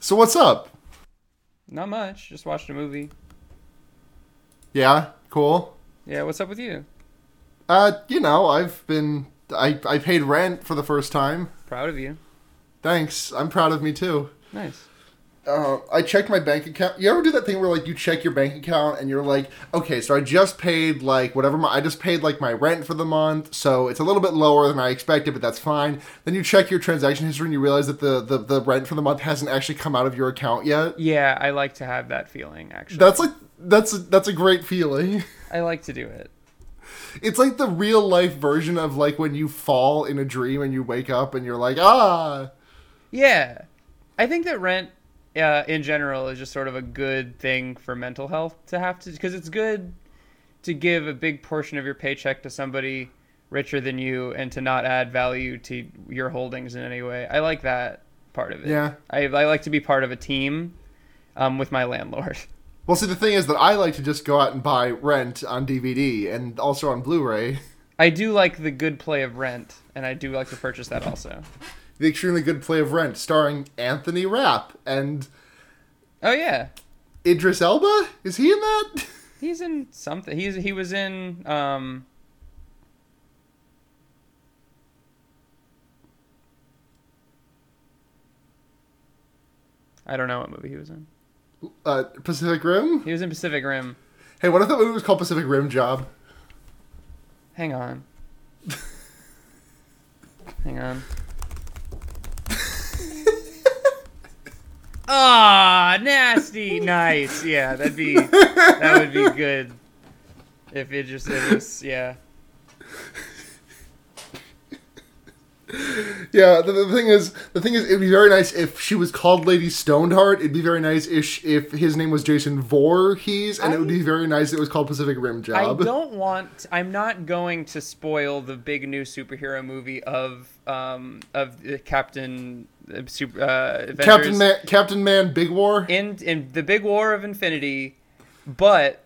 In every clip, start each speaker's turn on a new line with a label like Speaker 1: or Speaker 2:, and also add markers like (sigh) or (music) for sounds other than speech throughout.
Speaker 1: So what's up?
Speaker 2: Not much. Just watched a movie.
Speaker 1: Yeah, cool.
Speaker 2: Yeah, what's up with you?
Speaker 1: Uh, you know, I've been I I paid rent for the first time.
Speaker 2: Proud of you.
Speaker 1: Thanks. I'm proud of me too.
Speaker 2: Nice.
Speaker 1: Uh, I checked my bank account. You ever do that thing where like you check your bank account and you're like, okay, so I just paid like whatever my, I just paid like my rent for the month, so it's a little bit lower than I expected, but that's fine. Then you check your transaction history and you realize that the the, the rent for the month hasn't actually come out of your account yet.
Speaker 2: Yeah, I like to have that feeling actually.
Speaker 1: That's like that's a, that's a great feeling. (laughs)
Speaker 2: I like to do it.
Speaker 1: It's like the real life version of like when you fall in a dream and you wake up and you're like, ah,
Speaker 2: Yeah. I think that rent uh, in general is just sort of a good thing for mental health to have to, because it's good to give a big portion of your paycheck to somebody richer than you and to not add value to your holdings in any way. I like that part of it.
Speaker 1: Yeah.
Speaker 2: I, I like to be part of a team um, with my landlord.
Speaker 1: Well, see, the thing is that I like to just go out and buy Rent on DVD and also on Blu-ray.
Speaker 2: I do like the good play of rent, and I do like to purchase that also.
Speaker 1: The extremely good play of Rent, starring Anthony Rapp and
Speaker 2: Oh, yeah.
Speaker 1: Idris Elba. Is he in that?
Speaker 2: He's in something. He's he was in um I don't know what movie he was in.
Speaker 1: Uh, Pacific Rim.
Speaker 2: He was in Pacific Rim.
Speaker 1: Hey, what if that movie was called Pacific Rim Job?
Speaker 2: Hang on. Hang on. Ah, nasty. Nice. Yeah, that'd be that would be good. If it just it was, yeah.
Speaker 1: Yeah. The, the thing is, the thing is, it'd be very nice if she was called Lady Stoneheart. It'd be very nice if sh- if his name was Jason Voorhees, and it would
Speaker 2: I-
Speaker 1: be very nice if it was called Pacific Rim Job. (laughs)
Speaker 2: I don't want. I'm not going to spoil the big new superhero movie of um of the Captain uh, super, uh, Avengers
Speaker 1: Captain Man, Captain Man, Big War.
Speaker 2: in in the Big War of Infinity, but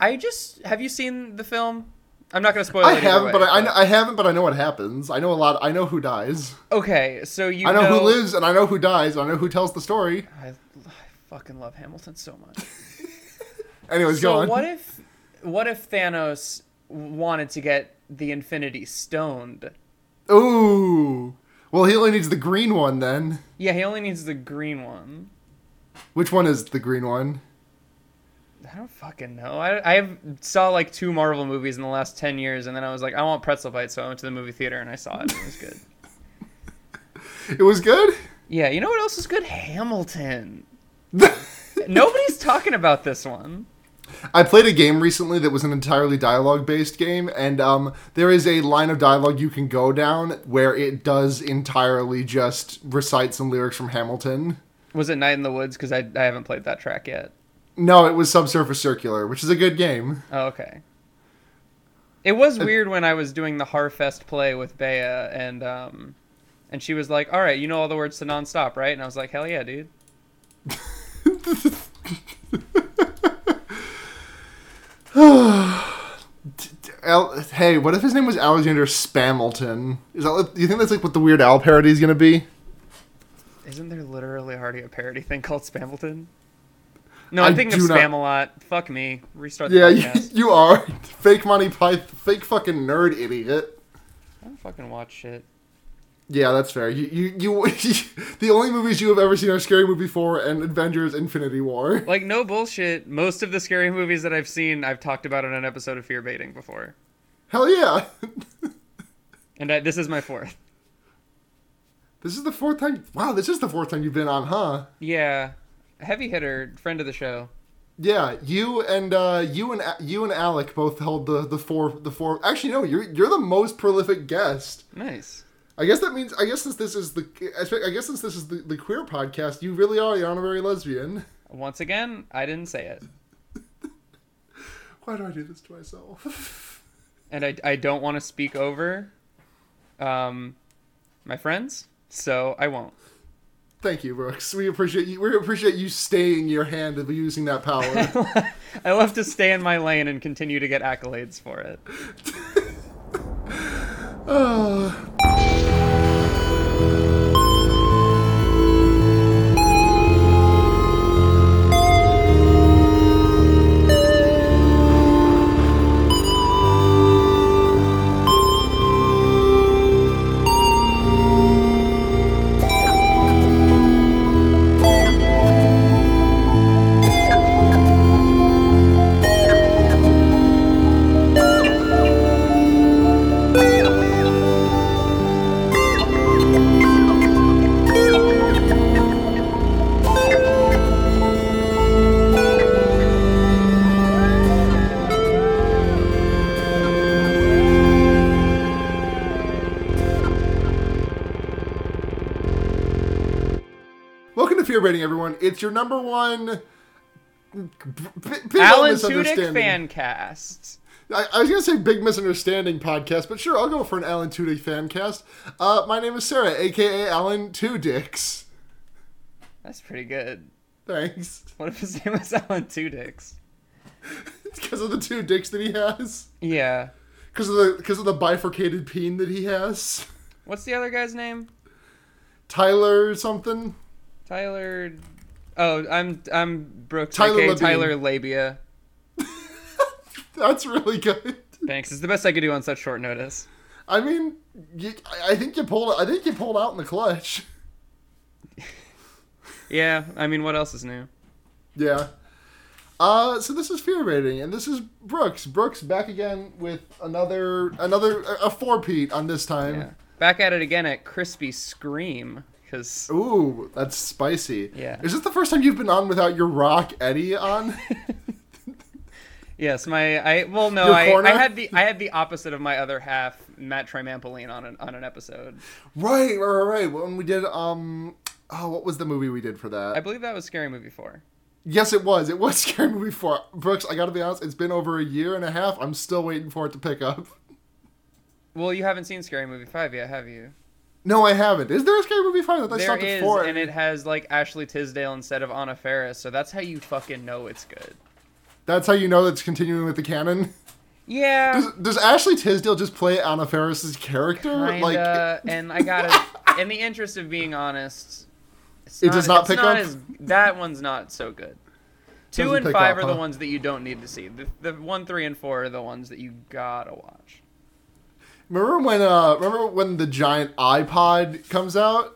Speaker 2: I just have you seen the film? I'm not going to spoil.
Speaker 1: I
Speaker 2: it either
Speaker 1: haven't,
Speaker 2: way,
Speaker 1: but I, I, know, I haven't, but I know what happens. I know a lot. I know who dies.
Speaker 2: okay. So you
Speaker 1: I know, who lives, and I know who dies. And I know who tells the story.
Speaker 2: I, I fucking love Hamilton so
Speaker 1: (laughs)
Speaker 2: much.
Speaker 1: Anyways,
Speaker 2: So
Speaker 1: go on.
Speaker 2: what if what if Thanos wanted to get the Infinity Stoned?
Speaker 1: Ooh. Well, he only needs the green one then.
Speaker 2: Yeah, he only needs the green one.
Speaker 1: Which one is the green one?
Speaker 2: I don't fucking know. I, I have saw like two Marvel movies in the last ten years, and then I was like, I want pretzel bites, so I went to the movie theater and I saw it. and It was good.
Speaker 1: It was good. (laughs)
Speaker 2: yeah, you know what else is good? Hamilton. Nobody's talking about this one.
Speaker 1: I played a game recently that was an entirely dialogue-based game, and um, there is a line of dialogue you can go down where it does entirely just recite some lyrics from Hamilton.
Speaker 2: Was it Night in the Woods? Because I, I haven't played that track yet.
Speaker 1: No, it was Subsurface Circular, which is a good game.
Speaker 2: Oh, okay. It was weird when I was doing the Harfest play with Bea, and um, and she was like, "All right, you know all the words to nonstop, right?" And I was like, "Hell yeah, dude."
Speaker 1: Al- hey, what if his name was Alexander Spamilton? Is that what- do you think that's like what the Weird Al parody is gonna be?
Speaker 2: Isn't there literally already a parody thing called Spamilton? No,
Speaker 1: I
Speaker 2: I'm thinking
Speaker 1: do
Speaker 2: of
Speaker 1: not-
Speaker 2: Spam a lot. Fuck me. Restart the
Speaker 1: Yeah, you, (laughs)
Speaker 2: podcast.
Speaker 1: you are fake Monty Python, fake fucking nerd idiot.
Speaker 2: I don't fucking watch shit.
Speaker 1: Yeah, that's fair. You, you, you (laughs) the only movies you have ever seen are Scary Movie Four and Avengers: Infinity War.
Speaker 2: Like, no bullshit. Most of the scary movies that I've seen, I've talked about on an episode of Fear Baiting before.
Speaker 1: Hell yeah! (laughs)
Speaker 2: And I, this is my fourth.
Speaker 1: This is the fourth time. Wow, this is the fourth time you've been on, huh?
Speaker 2: Yeah. Heavy hitter, friend of the show.
Speaker 1: Yeah, you and uh, you and A- you and Alec both held the the four the four. Actually, no, you're you're the most prolific guest.
Speaker 2: Nice.
Speaker 1: I guess that means. I guess since this is the. I spe- I guess since this is the, the queer podcast, you really are the honorary lesbian. (laughs)
Speaker 2: Once again, I didn't say it.
Speaker 1: Why do I do this to myself? (laughs)
Speaker 2: And I, I don't want to speak over um, my friends, so I won't. (laughs)
Speaker 1: Thank you, Brooks. We appreciate you. We appreciate you staying your hand and using that
Speaker 2: (laughs) (sighs)
Speaker 1: power. (sighs)
Speaker 2: I love to stay in my lane and continue to get accolades for it.
Speaker 1: media rating, everyone. It's your number one. b- b- big old
Speaker 2: Alan Tudyk
Speaker 1: misunderstanding.
Speaker 2: fan cast.
Speaker 1: I, I was gonna say big misunderstanding podcast, but sure, I'll go for an Alan Tudyk fan cast. Uh, my name is Sarah, aka Alan Two Dicks.
Speaker 2: That's pretty good.
Speaker 1: Thanks, (laughs)
Speaker 2: What if his (laughs) name was Alan Tudyk's?
Speaker 1: because of the two dicks that he has,
Speaker 2: Yeah.
Speaker 1: because of the because of the bifurcated peen that he has.
Speaker 2: What's the other guy's name?
Speaker 1: Tyler something.
Speaker 2: Tyler. Oh, I'm I'm Brooks.
Speaker 1: Tyler
Speaker 2: aka
Speaker 1: Labine.
Speaker 2: Tyler Labia.
Speaker 1: That's really good.
Speaker 2: Thanks. It's the best I could do on such short notice.
Speaker 1: I mean, you, I- I think you pulled. I think you pulled out in the clutch. (laughs)
Speaker 2: Yeah. I mean, what else is new?
Speaker 1: Yeah. Uh, so this is fear rating, and this is Brooks. Brooks back again with another another a four peat on this time.
Speaker 2: Yeah. Back at it again at Crispy Scream because
Speaker 1: Ooh, that's spicy.
Speaker 2: Yeah.
Speaker 1: Is this the first time you've been on without your rock Eddie
Speaker 2: (laughs)
Speaker 1: on?
Speaker 2: yes, my I well no
Speaker 1: Your
Speaker 2: I,
Speaker 1: corner?
Speaker 2: I had the I had the opposite of my other half Matt Trimampoline on an on an episode.
Speaker 1: right, right, right, right. When we did um oh, what was the movie we did for that?
Speaker 2: I believe that was Scary Movie Four.
Speaker 1: yes, it was. It was (laughs) scary movie four. Brooks, I gotta be honest, it's been over a year and a half. I'm still waiting for it to pick up. (laughs)
Speaker 2: Well, you haven't seen Scary Movie Five yet, have you?
Speaker 1: No, I haven't. Is there a scary movie five that I
Speaker 2: There
Speaker 1: stopped at
Speaker 2: is,
Speaker 1: four?
Speaker 2: and it has like Ashley Tisdale instead of Anna Faris, so that's how you fucking know it's good.
Speaker 1: That's how you know that's continuing with the canon. (laughs)
Speaker 2: Yeah,
Speaker 1: Does, does Ashley Tisdale just play Anna Faris's character?
Speaker 2: kinda.
Speaker 1: Like,
Speaker 2: (laughs) and I gotta, in the interest of being honest, it's
Speaker 1: It does not
Speaker 2: it's
Speaker 1: pick up?
Speaker 2: As, that one's not so good. Two
Speaker 1: Doesn't
Speaker 2: and
Speaker 1: pick
Speaker 2: five
Speaker 1: up,
Speaker 2: are the
Speaker 1: huh?
Speaker 2: ones that you don't need to see. The, the one, three, and four are the ones that you gotta watch.
Speaker 1: remember when? Uh, remember when the giant iPod comes out?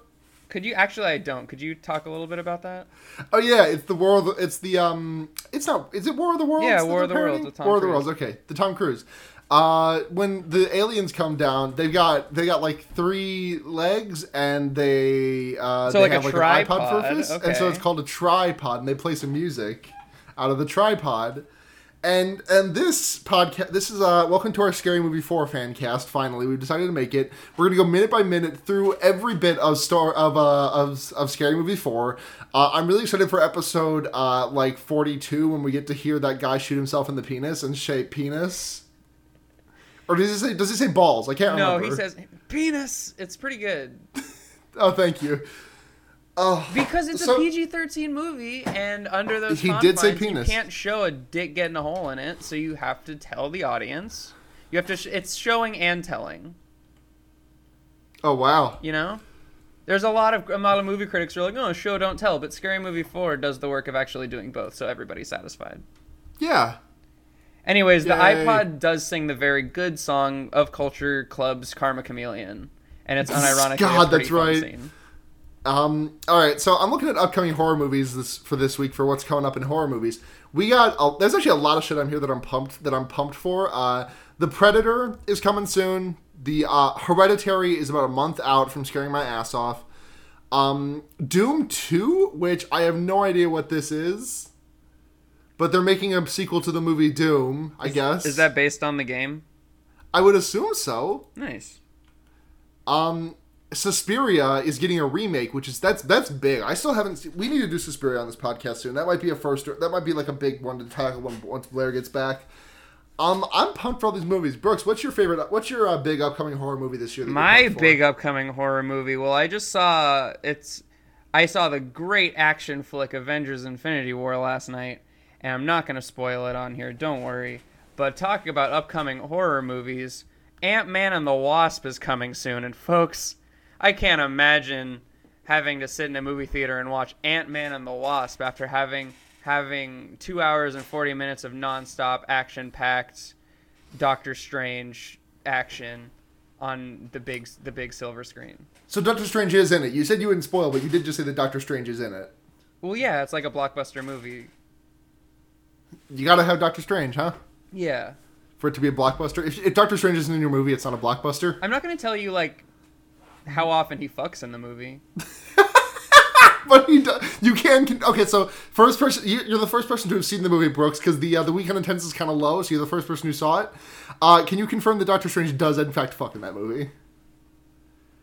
Speaker 2: Could you actually? I don't. Could you talk a little bit about that?
Speaker 1: Oh yeah, it's the War of the, it's the um it's not is it War of the Worlds?
Speaker 2: Yeah,
Speaker 1: that
Speaker 2: War
Speaker 1: they're
Speaker 2: of the Worlds
Speaker 1: parodying?
Speaker 2: with Tom
Speaker 1: War of the
Speaker 2: Cruise.
Speaker 1: Worlds. Okay, the Tom Cruise. Uh, when the aliens come down, they've got they got like three legs and they uh,
Speaker 2: So
Speaker 1: they
Speaker 2: like a
Speaker 1: have like an iPod
Speaker 2: tripod,
Speaker 1: surface, and so
Speaker 2: okay.
Speaker 1: it's called a tripod, and they play some music out of the tripod. And and this podcast, this is uh, welcome to our scary movie four fan cast. Finally, we've decided to make it. We're gonna go minute by minute through every bit of star of uh of, of scary movie four. Uh, I'm really excited for episode uh like 42 when we get to hear that guy shoot himself in the penis and shape penis. Or does he say does he say balls? I can't
Speaker 2: No,
Speaker 1: remember.
Speaker 2: he says penis. It's pretty good
Speaker 1: Oh, thank you. Oh,
Speaker 2: because it's
Speaker 1: So-
Speaker 2: a PG-13 movie, and under those
Speaker 1: He
Speaker 2: confines,
Speaker 1: did say penis.
Speaker 2: you can't show a dick getting a hole in it. So you have to tell the audience. You have to. Sh- it's showing and telling.
Speaker 1: oh wow.
Speaker 2: You know, there's a lot of a lot of movie critics who are like, "Oh, show don't tell," but Scary Movie Four does the work of actually doing both, so everybody's satisfied.
Speaker 1: Yeah.
Speaker 2: Anyways, the
Speaker 1: Yay.
Speaker 2: iPod does sing the very good song of Culture Club's "Karma Chameleon," and it's unironically
Speaker 1: God,
Speaker 2: a pretty
Speaker 1: that's
Speaker 2: fun
Speaker 1: right.
Speaker 2: Scene.
Speaker 1: Um, all right, so I'm looking at upcoming horror movies this for this week for what's coming up in horror movies. We got a, there's actually a lot of shit I'm here that I'm pumped that I'm pumped for. Uh, the Predator is coming soon. The uh, Hereditary is about a month out from scaring my ass off. Um, Doom Two, which I have no idea what this is, but they're making a sequel to the movie Doom. I guess
Speaker 2: Is that based on the game?
Speaker 1: I would assume so.
Speaker 2: Nice.
Speaker 1: Um, Suspiria is getting a remake, which is that's that's big. I still haven't. Seen, we need to do Suspiria on this podcast soon. That might be a first. That might be like a big one to tackle when, once Blair gets back. Um, I'm pumped for all these movies. Brooks, what's your favorite? What's your uh, big upcoming horror movie this year? that you're
Speaker 2: My
Speaker 1: pumped for?
Speaker 2: big upcoming horror movie. Well, I just saw it's. I saw the great action flick Avengers: Infinity War last night, and I'm not gonna spoil it on here. Don't worry. But talking about upcoming horror movies, Ant Man and the Wasp is coming soon, and folks, I can't imagine having to sit in a movie theater and watch Ant Man and the Wasp after having having two hours and forty minutes of nonstop action packed Doctor Strange action on the big the big silver screen.
Speaker 1: So Doctor Strange is in it. You said you wouldn't spoil, but you did just say that Doctor Strange is in it.
Speaker 2: Well, yeah, it's like a blockbuster movie.
Speaker 1: You gotta have Doctor Strange, huh?
Speaker 2: Yeah,
Speaker 1: For it to be a blockbuster. If, if Doctor Strange isn't in your movie, it's not a blockbuster.
Speaker 2: I'm not gonna tell you like how often he fucks in the movie.
Speaker 1: (laughs) But he do- you can, con- okay. So first person, you- you're the first person to have seen the movie Brooks because the uh, the weekend intense is kind of low, so you're the first person who saw it. Uh, can you confirm that Doctor Strange does in fact fuck in that movie?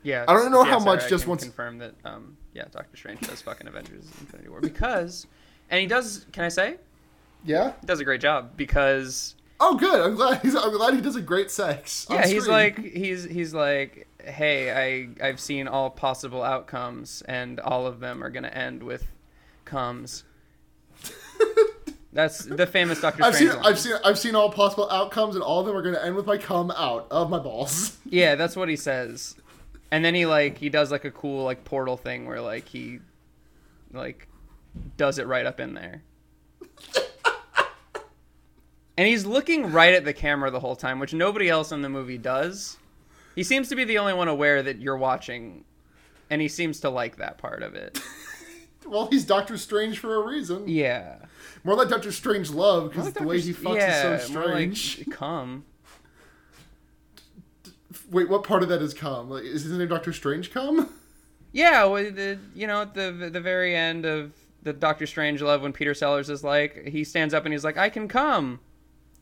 Speaker 2: Yeah,
Speaker 1: I don't know
Speaker 2: yeah,
Speaker 1: how
Speaker 2: sorry,
Speaker 1: much
Speaker 2: I
Speaker 1: just
Speaker 2: can
Speaker 1: once-
Speaker 2: confirm that. Um, yeah, Doctor Strange does fucking Avengers Infinity War because, and he does. Can I say
Speaker 1: Yeah.
Speaker 2: he does a great job because
Speaker 1: Oh, good. I'm glad. He's, I'm glad he does a great sex. on
Speaker 2: yeah, he's
Speaker 1: screen.
Speaker 2: like he's he's like, hey, I I've seen all possible outcomes, and all of them are gonna end with
Speaker 1: (laughs)
Speaker 2: comes. That's the famous Doctor
Speaker 1: I've seen,
Speaker 2: Strange. line.
Speaker 1: I've seen, I've seen all possible outcomes, and all of them are going to end with my cum out of my balls. (laughs)
Speaker 2: Yeah, that's what he says. And then he like he does like a cool like portal thing where like he like does it right up in there. and he's looking right at the camera the whole time, which nobody else in the movie does. He seems to be the only one aware that you're watching and he seems to like that part of it.
Speaker 1: Well, he's Doctor Strange for a reason.
Speaker 2: Yeah.
Speaker 1: More like Doctor Strange love because the way he fucks is so
Speaker 2: more like,
Speaker 1: strange.
Speaker 2: Come.
Speaker 1: Wait, what part of that is cum? Like, is his name Doctor Strange (laughs) cum?
Speaker 2: Yeah, well, the, you know, at the the very end of the Doctor Strange love, when Peter Sellers is like, he stands up and he's like, "I can come."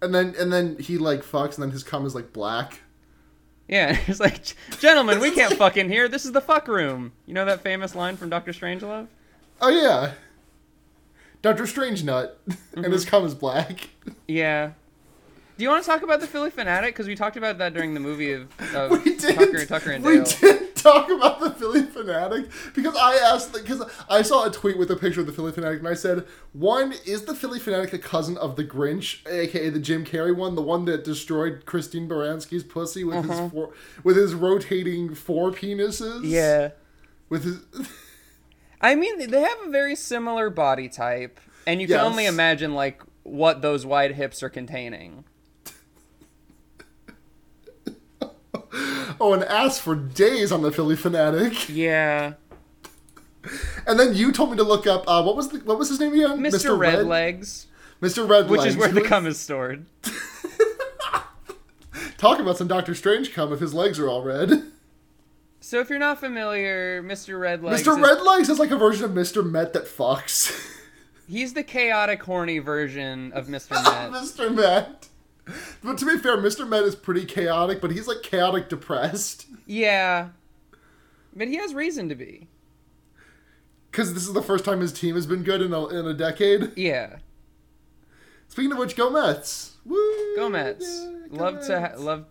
Speaker 1: And then, and then he like fucks, and then his cum is like black.
Speaker 2: Yeah, (laughs) it's like, gentlemen, we can't fuck in here. This is the fuck room. You know that famous line from Doctor Strange love?
Speaker 1: Oh yeah, Doctor Strange nut, (laughs) and
Speaker 2: Mm-hmm.
Speaker 1: his cum is black.
Speaker 2: Yeah. Do you want to talk about the Philly fanatic? Because we talked about that during the movie of, of
Speaker 1: (laughs) we did.
Speaker 2: Oh, Tucker, Tucker and
Speaker 1: we
Speaker 2: Dale.
Speaker 1: did talk about the Philly fanatic because I asked because I saw a tweet with a picture of the Philly fanatic and I said, one is the Philly fanatic the cousin of the Grinch, aka the Jim Carrey one, the one that destroyed Christine Baranski's pussy with
Speaker 2: Uh-huh.
Speaker 1: his four, with his rotating four penises.
Speaker 2: Yeah.
Speaker 1: with his. (laughs)
Speaker 2: I mean, they have a very similar body type, and you can
Speaker 1: Yes.
Speaker 2: only imagine like what those wide hips are containing.
Speaker 1: Oh, an ass for days on the Philly fanatic,
Speaker 2: Yeah.
Speaker 1: and then you told me to look up uh, what was the, what was his name again,
Speaker 2: Mr. Redlegs. Red Legs.
Speaker 1: Mr. Red,
Speaker 2: which is where the
Speaker 1: cum
Speaker 2: cum is stored.
Speaker 1: Talk about some Doctor Strange cum if his legs are all (laughs) red.
Speaker 2: So if you're not familiar, Mr. Redlegs,
Speaker 1: Mr.
Speaker 2: is-
Speaker 1: Red Legs is like a version of Mr. Met that fucks. (laughs)
Speaker 2: he's the chaotic, horny version of Mr.
Speaker 1: (laughs)
Speaker 2: Met.
Speaker 1: Mr. Met. But to be fair, Mr. Met is pretty chaotic, but he's like chaotic depressed.
Speaker 2: yeah, but he has reason to be.
Speaker 1: Because this is the first time his team has been good in a, in a decade.
Speaker 2: Yeah,
Speaker 1: Speaking of which, go Mets. Woo!
Speaker 2: go Mets.
Speaker 1: Yeah, go
Speaker 2: love to ha-
Speaker 1: Mets.
Speaker 2: love.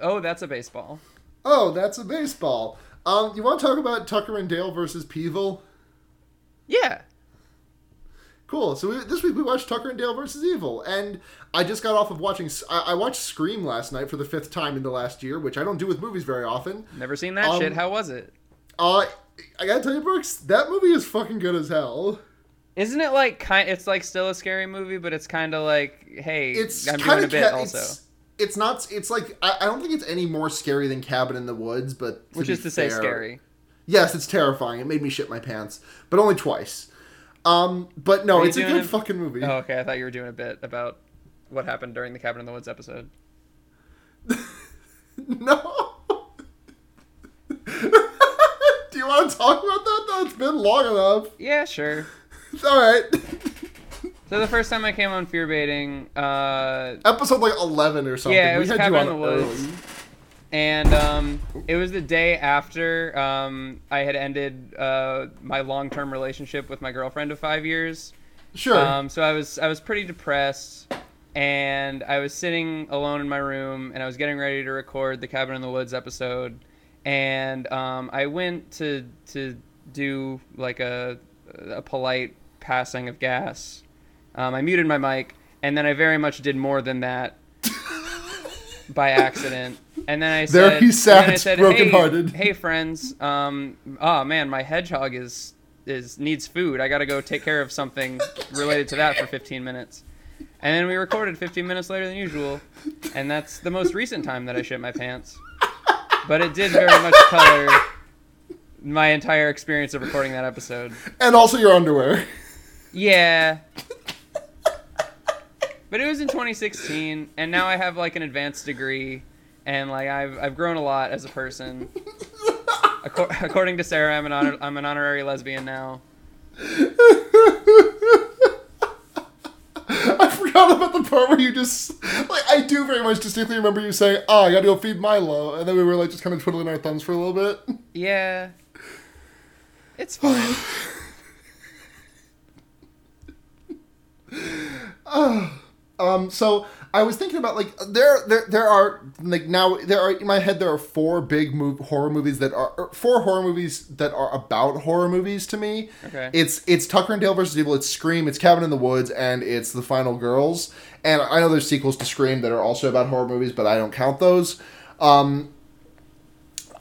Speaker 2: Oh, that's a baseball.
Speaker 1: Oh, that's a baseball. Um, you want to talk about Tucker and Dale versus Peevil?
Speaker 2: Yeah,
Speaker 1: Cool. So we, this week we watched Tucker and Dale versus Evil, and I just got off of watching. S- I, I watched Scream last night for the fifth time in the last year, which I don't do with movies very often.
Speaker 2: never seen that
Speaker 1: Um,
Speaker 2: shit. How was it?
Speaker 1: Uh, I gotta tell you, Brooks, that movie is fucking good as hell.
Speaker 2: Isn't it like kind? It's like still a scary movie, but it's kind of like, hey,
Speaker 1: It's
Speaker 2: I'm
Speaker 1: kind
Speaker 2: doing a
Speaker 1: of
Speaker 2: bit
Speaker 1: It's,
Speaker 2: also,
Speaker 1: it's not. It's like I, I don't think it's any more scary than Cabin in the Woods, but
Speaker 2: which
Speaker 1: be
Speaker 2: is to say,
Speaker 1: fair-
Speaker 2: scary.
Speaker 1: Yes, it's terrifying. It made me shit my pants, but only twice. Um, but no,
Speaker 2: Are you
Speaker 1: it's a
Speaker 2: doing
Speaker 1: good
Speaker 2: a-
Speaker 1: fucking movie.
Speaker 2: Oh, okay. I thought you were doing a bit about what happened during the Cabin in the Woods episode.
Speaker 1: (laughs) No. Do you want to talk about that? though? It's been long enough.
Speaker 2: Yeah, sure.
Speaker 1: It's All right.
Speaker 2: So the first time I came on fear baiting, uh,
Speaker 1: Episode like eleven or something.
Speaker 2: Yeah, it was
Speaker 1: we had
Speaker 2: Cabin
Speaker 1: you
Speaker 2: in
Speaker 1: on
Speaker 2: the Woods.
Speaker 1: early.
Speaker 2: and um, it was the day after um, I had ended uh, my long-term relationship with my girlfriend of five years.
Speaker 1: Sure.
Speaker 2: Um, so I was I was pretty depressed, and I was sitting alone in my room, and I was getting ready to record the Cabin in the Woods episode, and um, I went to to do like a a polite passing of gas. Um, I muted my mic, and then I very much did more
Speaker 1: (laughs)
Speaker 2: than that by accident. And then I
Speaker 1: There
Speaker 2: said,
Speaker 1: he
Speaker 2: and then I
Speaker 1: sat,
Speaker 2: said,
Speaker 1: brokenhearted.
Speaker 2: Hey, hey friends, um, oh man, my hedgehog is is needs food. I gotta go take care of something related to that for 15 minutes. And then we recorded 15 minutes later than usual, and that's the most recent time that I shit my pants. But it did very much color my entire experience of recording that episode.
Speaker 1: and also your underwear. (laughs)
Speaker 2: Yeah. But it was in 2016, and now I have like an advanced degree, and like I've I've grown a lot as a person. Acor- according to Sarah, I'm an honor- I'm an honorary lesbian now.
Speaker 1: I forgot about the part where you just like I do very much distinctly remember you saying, "Ah, I gotta go feed Milo," and then we were like just kind of twiddling our thumbs for a little bit.
Speaker 2: Yeah. It's fine.
Speaker 1: Um, so I was thinking about like there there there are like now there are in my head there are four big move, horror movies that are or four horror movies that are about horror movies to me.
Speaker 2: Okay.
Speaker 1: It's it's Tucker and Dale versus Evil, it's Scream, it's Cabin in the Woods, and it's The Final Girls. And I know there's sequels to Scream that are also about horror movies, but I don't count those. Um,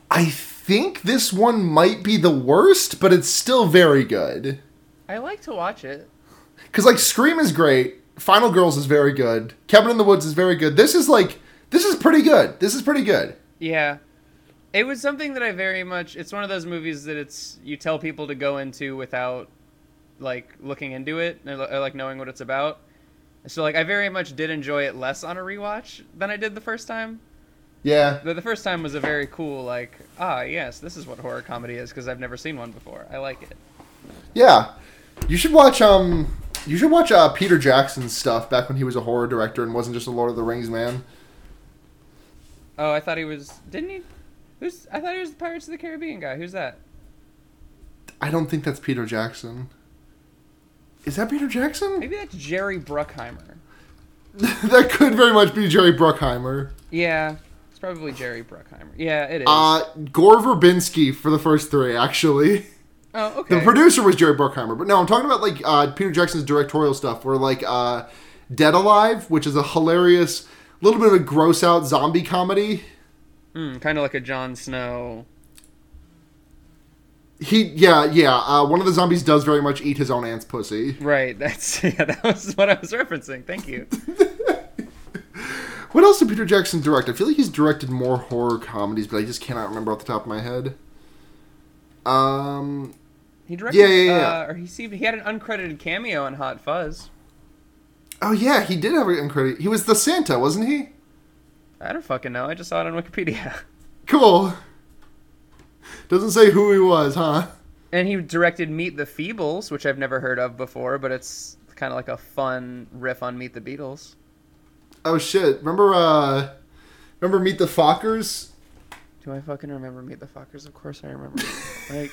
Speaker 1: I think this one might be the worst, but it's still very good.
Speaker 2: I like to watch it.
Speaker 1: Because like Scream is great, Final Girls is very good, Cabin in the Woods is very good. This is like this is pretty good. This is pretty good.
Speaker 2: Yeah. It was something that I very much it's one of those movies that it's you tell people to go into without like looking into it or, or, like knowing what it's about. So like I very much did enjoy it less on a rewatch than I did the first time.
Speaker 1: Yeah,
Speaker 2: But the first time was a very cool like ah yes, this is what horror comedy is because I've never seen one before. I like it.
Speaker 1: yeah. You should watch um you should watch uh, Peter Jackson's stuff back when he was a horror director and wasn't just a Lord of the Rings man.
Speaker 2: Oh, I thought he was didn't he Who's I thought he was the Pirates of the Caribbean guy. Who's that?
Speaker 1: I don't think that's Peter Jackson. Is that Peter Jackson? (laughs)
Speaker 2: Maybe that's Jerry Bruckheimer.
Speaker 1: that could very much be Jerry Bruckheimer.
Speaker 2: Yeah. It's probably Jerry Bruckheimer. Yeah, it is.
Speaker 1: Uh, Gore Verbinski for the first three, actually.
Speaker 2: oh, okay.
Speaker 1: The producer was Jerry Bruckheimer, but no, I'm talking about like uh, Peter Jackson's directorial stuff, where like uh, Dead Alive, which is a hilarious, little bit of a gross out zombie comedy.
Speaker 2: Mm, kind of like a Jon Snow.
Speaker 1: He, yeah, yeah. Uh, one of the zombies does very much eat his own aunt's pussy. (laughs)
Speaker 2: Right. That's (laughs) yeah. That was what I was referencing. Thank you.
Speaker 1: What else did Peter Jackson direct? I feel like he's directed more horror comedies, but I just cannot remember off the top of my head. Um,
Speaker 2: He directed.
Speaker 1: Yeah, yeah, yeah.
Speaker 2: Uh, or he seemed he had an uncredited cameo in Hot Fuzz.
Speaker 1: oh yeah, he did have an credit. He was the Santa, wasn't he?
Speaker 2: I don't fucking know. I just saw it on Wikipedia. (laughs)
Speaker 1: Cool. Doesn't say who he was, huh?
Speaker 2: And he directed Meet the Feebles, which I've never heard of before, but it's kind of like a fun riff on Meet the Beatles.
Speaker 1: Oh shit! Remember, uh, remember Meet the Fockers?
Speaker 2: Do I fucking remember Meet the Fuckers? Of course I remember. like,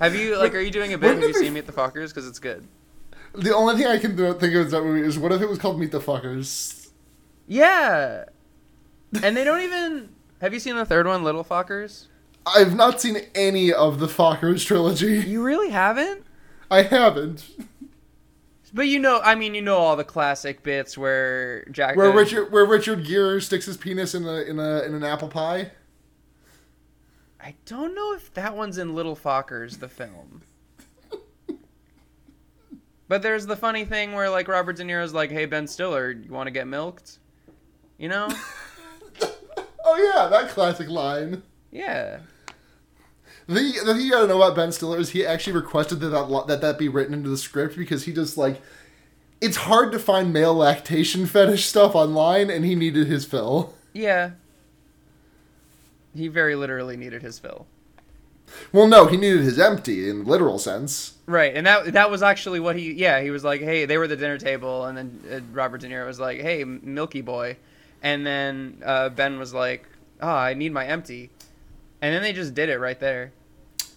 Speaker 2: have you like? Are you doing a bit?
Speaker 1: When
Speaker 2: Have
Speaker 1: did
Speaker 2: you
Speaker 1: they-
Speaker 2: seen Meet the Fuckers? Because it's good.
Speaker 1: (laughs) The only thing I can th- think of is that movie is what if it was called Meet the Fuckers?
Speaker 2: Yeah. And they don't even. Have you seen the third one, Little Fuckers?
Speaker 1: I've not seen any of the Fockers trilogy.
Speaker 2: You really haven't?
Speaker 1: I haven't.
Speaker 2: But you know, I mean, you know all the classic bits where Jack.
Speaker 1: Where
Speaker 2: uh,
Speaker 1: Richard where Richard Gere sticks his penis in a in a in an apple pie. (laughs)
Speaker 2: I don't know if that one's in Little Fockers, the film. but there's the funny thing where like Robert De Niro's like, "Hey Ben Stiller, you want to get milked?"
Speaker 1: (laughs)
Speaker 2: You know?
Speaker 1: Oh yeah, that classic line.
Speaker 2: yeah.
Speaker 1: The, the thing you gotta know about Ben Stiller is he actually requested that that, lo- that that be written into the script because he just like it's hard to find male lactation (laughs) fetish stuff online and he needed his fill.
Speaker 2: Yeah. He very literally needed his fill.
Speaker 1: Well, no, he needed his empty in the literal sense.
Speaker 2: Right, and that that was actually what he yeah he was like hey they were at the dinner table and then uh, Robert De Niro was like hey M- Milky Boy, and then uh, Ben was like ah I need my empty, and then they just did it right there,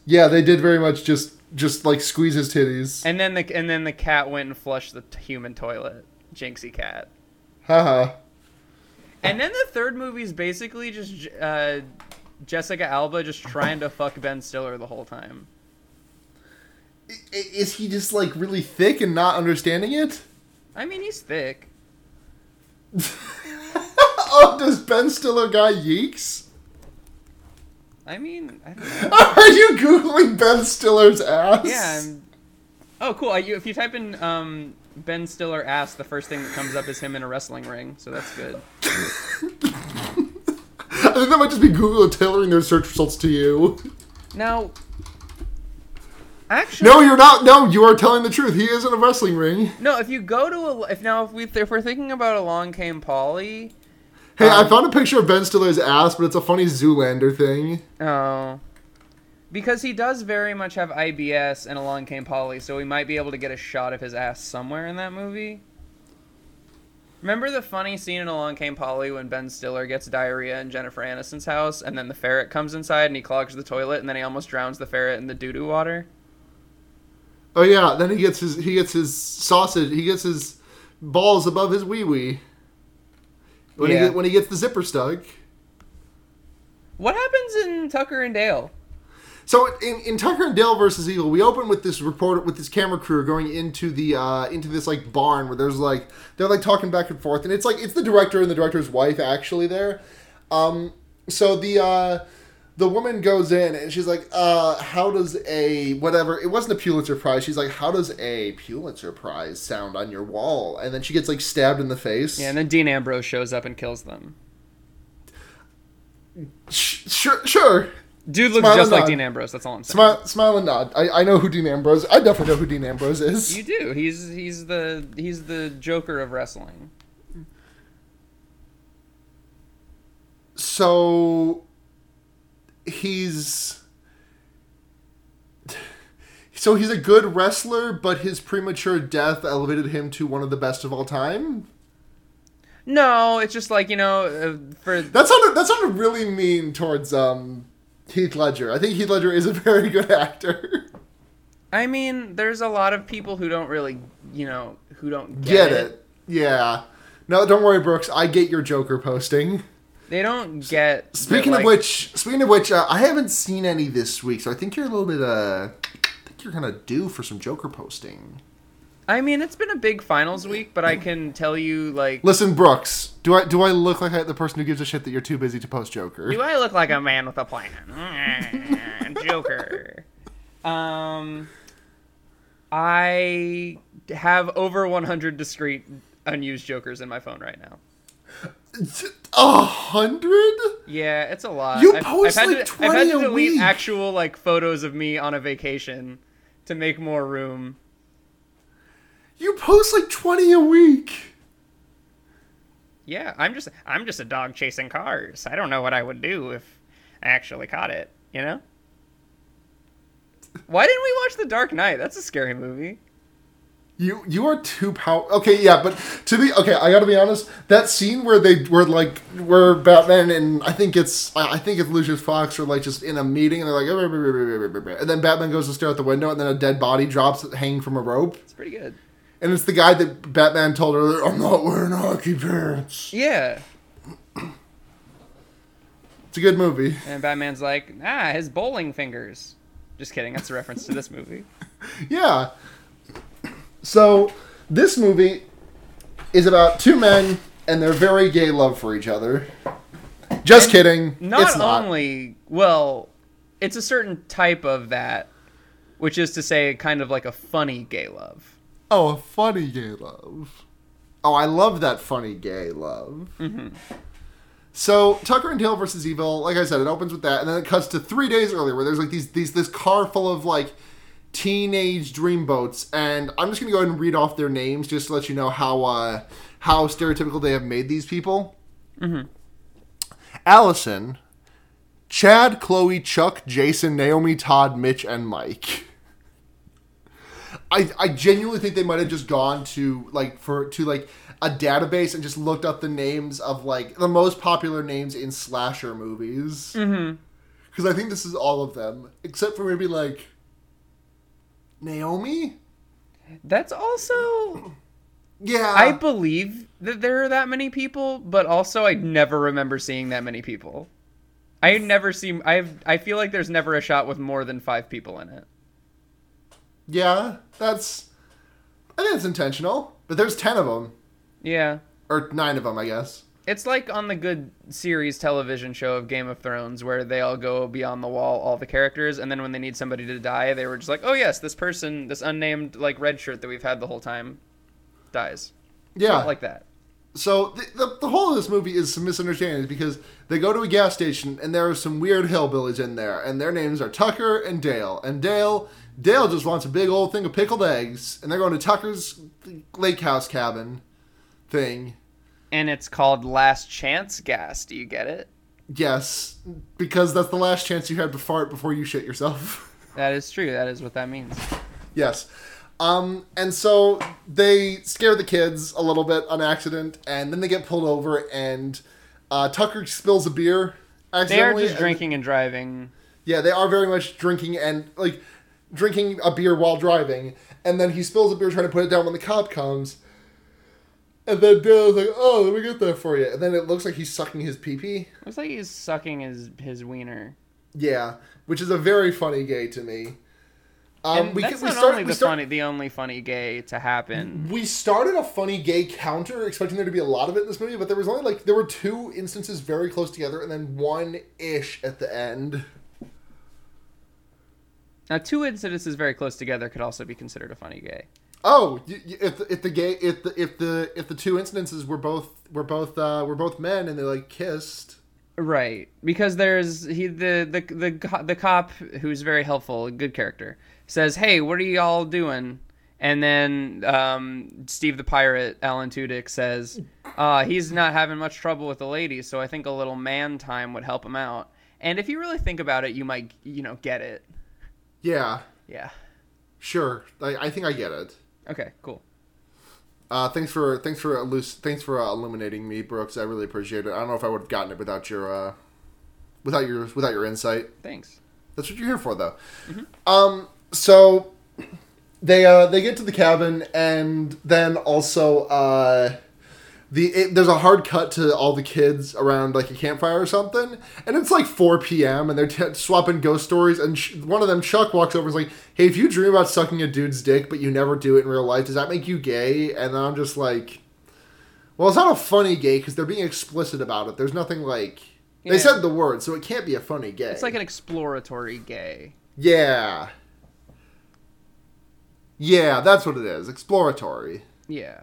Speaker 1: Yeah, they did very much just just like squeeze his titties.
Speaker 2: and then the and then the cat went and flushed the t- human toilet, Jinxie cat,
Speaker 1: Haha.
Speaker 2: and then the third movie is basically just J- uh, Jessica Alba just trying to fuck Ben Stiller the whole time.
Speaker 1: I- i- Is he just like really thick and not understanding it? (laughs)
Speaker 2: I mean he's thick.
Speaker 1: oh, does Ben Stiller guy yeeks? (laughs)
Speaker 2: I mean I don't know.
Speaker 1: Are you googling Ben Stiller's ass?
Speaker 2: (laughs) Yeah. I'm... Oh, cool. Uh, you- If you type in um, Ben Stiller ass, the first thing that comes up is him in a wrestling ring. So that's good.
Speaker 1: (laughs) I think that might just be Google tailoring their search results to you.
Speaker 2: Now, actually,
Speaker 1: No, you're not. No, you are telling the truth. He is in a wrestling ring.
Speaker 2: no. If you go to a, if now if we if we're thinking about along came Polly,
Speaker 1: Hey, I found a picture of Ben Stiller's ass, but it's a funny Zoolander thing.
Speaker 2: oh, because he does very much have IBS and along came Polly, so we might be able to get a shot of his ass somewhere in that movie. Remember the funny scene in Along Came Polly when Ben Stiller gets diarrhea in Jennifer Aniston's house, and then the ferret comes inside and he clogs the toilet, and then he almost drowns the ferret in the doo doo water?
Speaker 1: Oh yeah, then he gets his he gets his sausage. He gets his balls above his wee wee. When he
Speaker 2: Yeah.
Speaker 1: get, when he gets the zipper stuck.
Speaker 2: What happens in Tucker and Dale?
Speaker 1: So in, in Tucker and Dale versus Evil, we open with this reporter with this camera crew going into the uh, into this like barn where there's like they're like talking back and forth, and it's like it's the director and the director's wife actually there. Um, so the uh, the woman goes in and she's like, uh, "How does a whatever? It wasn't a Pulitzer Prize." She's like, "How does a Pulitzer Prize sound on your wall?" And then she gets like stabbed in the face.
Speaker 2: Yeah, and then Dean Ambrose shows up and kills them.
Speaker 1: Sh- sure, sure.
Speaker 2: Dude looks
Speaker 1: Smile
Speaker 2: just
Speaker 1: and
Speaker 2: like
Speaker 1: nod.
Speaker 2: Dean Ambrose. That's all I'm saying.
Speaker 1: Smile, smile and nod. I, I know who Dean Ambrose. I definitely know who Dean Ambrose is.
Speaker 2: You do. He's he's the he's the Joker of wrestling.
Speaker 1: so he's so he's a good wrestler but his premature death elevated him to one of the best of all time
Speaker 2: No, it's just like you know, uh, for
Speaker 1: that sounded that sounded really mean towards um heath ledger i think heath ledger is a (laughs) very good actor
Speaker 2: I mean, there's a lot of people who don't really, you know, who don't
Speaker 1: get it yeah no don't worry brooks i get your joker posting
Speaker 2: They don't get. that,
Speaker 1: Speaking
Speaker 2: like-
Speaker 1: of which, speaking of which, uh, I haven't seen any this week, so I think you're a little bit. Uh, I think you're kind of due for some Joker posting.
Speaker 2: I mean, it's been a big finals week, but I can tell you, like,
Speaker 1: Listen, Brooks, do I do I look like I, the person who gives a shit that you're too busy to post Joker?
Speaker 2: do I look like a man with a plan? (laughs) Joker. Um, I have over 100 discrete unused jokers in my phone right now.
Speaker 1: A hundred?
Speaker 2: Yeah, it's a lot.
Speaker 1: You
Speaker 2: I've-
Speaker 1: post,
Speaker 2: I've had
Speaker 1: like,
Speaker 2: to, I've had
Speaker 1: 20
Speaker 2: to
Speaker 1: a
Speaker 2: delete
Speaker 1: week.
Speaker 2: actual like photos of me on a vacation to make more room.
Speaker 1: You post like twenty a week.
Speaker 2: Yeah, I'm just I'm just a dog chasing cars. I don't know what I would do if I actually caught it, you know? Why didn't we watch The Dark Knight? That's a scary movie.
Speaker 1: You you are too power. Okay, yeah, but to be okay, I gotta be honest. That scene where they were like where Batman and I think it's I I think it's Lucius Fox are like just in a meeting and they're like "Eh, eh, eh, eh, eh, eh, eh," and then Batman goes to stare out the window and then a dead body drops hanging from a rope
Speaker 2: It's pretty good.
Speaker 1: and it's the guy that Batman told earlier I'm not wearing hockey pants.
Speaker 2: Yeah.
Speaker 1: It's a good movie.
Speaker 2: And Batman's like, ah, his bowling fingers. Just kidding, that's a reference to this movie.
Speaker 1: Yeah. So this movie is about two men and their very gay love for each other. Just
Speaker 2: And
Speaker 1: kidding.
Speaker 2: Not
Speaker 1: it's not.
Speaker 2: only well, it's a certain type of that, which is to say kind of like a funny gay love.
Speaker 1: Oh, a funny gay love. Oh, I love that funny gay love. So Tucker and Dale versus Evil, like I said, it opens with that, and then it cuts to three days earlier, where there's like these these this car full of like teenage dreamboats, and I'm just gonna go ahead and read off their names just to let you know how uh, how stereotypical they have made these people. Allison, Chad, Chloe, Chuck, Jason, Naomi, Todd, Mitch, and Mike. I, I genuinely think they might have just gone to like for to like a database and just looked up the names of like the most popular names in slasher movies. Mm-hmm. Because I think this is all of them, except for maybe like Naomi. (coughs)
Speaker 2: That's also
Speaker 1: Yeah,
Speaker 2: I believe that there are that many people, but also I never remember seeing that many people. I never see. I've. I feel like there's never a shot with more than five people in it.
Speaker 1: yeah. That's I think it's intentional, but there's ten of them
Speaker 2: Yeah,
Speaker 1: or nine of them, I guess.
Speaker 2: it's like on the good series television show of Game of Thrones, where they all go beyond the wall, all the characters, and then when they need somebody to die, they were just like, "Oh yes, this person, this unnamed like red shirt that we've had the whole time, dies."
Speaker 1: Yeah,
Speaker 2: Like that.
Speaker 1: So the, the, the whole of this movie is some misunderstandings because they go to a gas station and there are some weird hillbillies in there and their names are Tucker and Dale and Dale Dale just wants a big old thing of pickled eggs and they're going to Tucker's lake house cabin thing.
Speaker 2: And it's called Last Chance Gas. Do you get it?
Speaker 1: Yes, because that's the last chance you have to fart before you shit yourself. (laughs)
Speaker 2: That is true. That is what that means.
Speaker 1: Yes. Um, and so they scare the kids a little bit on accident, and then they get pulled over, and uh, Tucker spills a beer.
Speaker 2: They are
Speaker 1: accidentally,
Speaker 2: just
Speaker 1: and-
Speaker 2: drinking and driving.
Speaker 1: Yeah, they are very much drinking, and like drinking a beer while driving, and then he spills a beer trying to put it down when the cop comes. And then Dale's like, "Oh, let me get that for you." And then it looks like he's sucking his pee pee.
Speaker 2: Looks like he's sucking his his wiener.
Speaker 1: Yeah, which is a very funny gay to me. Um,
Speaker 2: and that's
Speaker 1: can-
Speaker 2: not only the funny, the only funny gay to (laughs) happen.
Speaker 1: we started a funny gay counter, expecting there to be a lot of it in this movie, but there was only like there were two instances very close together, and then one ish at the end.
Speaker 2: Now, two incidences very close together could also be considered a funny gay.
Speaker 1: Oh, y- y- if the, if the gay if the if the if the two incidences were both were both uh, were both men and they like kissed.
Speaker 2: Right, because there's he the the the co- the cop who's very helpful, a good character, says, "Hey, what are y'all doing?" And then um, Steve the pirate, Alan Tudyk, says, uh, "He's not having much trouble with the ladies, so I think a little man time would help him out." And if you really think about it, you might you know get it.
Speaker 1: Yeah,
Speaker 2: Yeah.
Speaker 1: sure. I, I think I get it.
Speaker 2: Okay. Cool.
Speaker 1: Uh, thanks for thanks for loose thanks for uh, illuminating me, Brooks. I really appreciate it. I don't know if I would have gotten it without your uh, without your without your insight.
Speaker 2: Thanks.
Speaker 1: That's what you're here for, though. Um, so they uh, they get to the cabin, and then also uh, the it, there's a hard cut to all the kids around like a campfire or something, and it's like 4 p.m. and they're t- swapping ghost stories, and sh- one of them Chuck walks over and is like, "Hey, if you dream about sucking a dude's dick but you never do it in real life, does that make you gay?" And then I'm just like. Well, it's not a funny gay because they're being explicit about it. There's nothing like
Speaker 2: Yeah.
Speaker 1: they said the word, so it can't be a funny gay.
Speaker 2: It's like an exploratory gay.
Speaker 1: Yeah. Yeah, that's what it is. Exploratory.
Speaker 2: Yeah.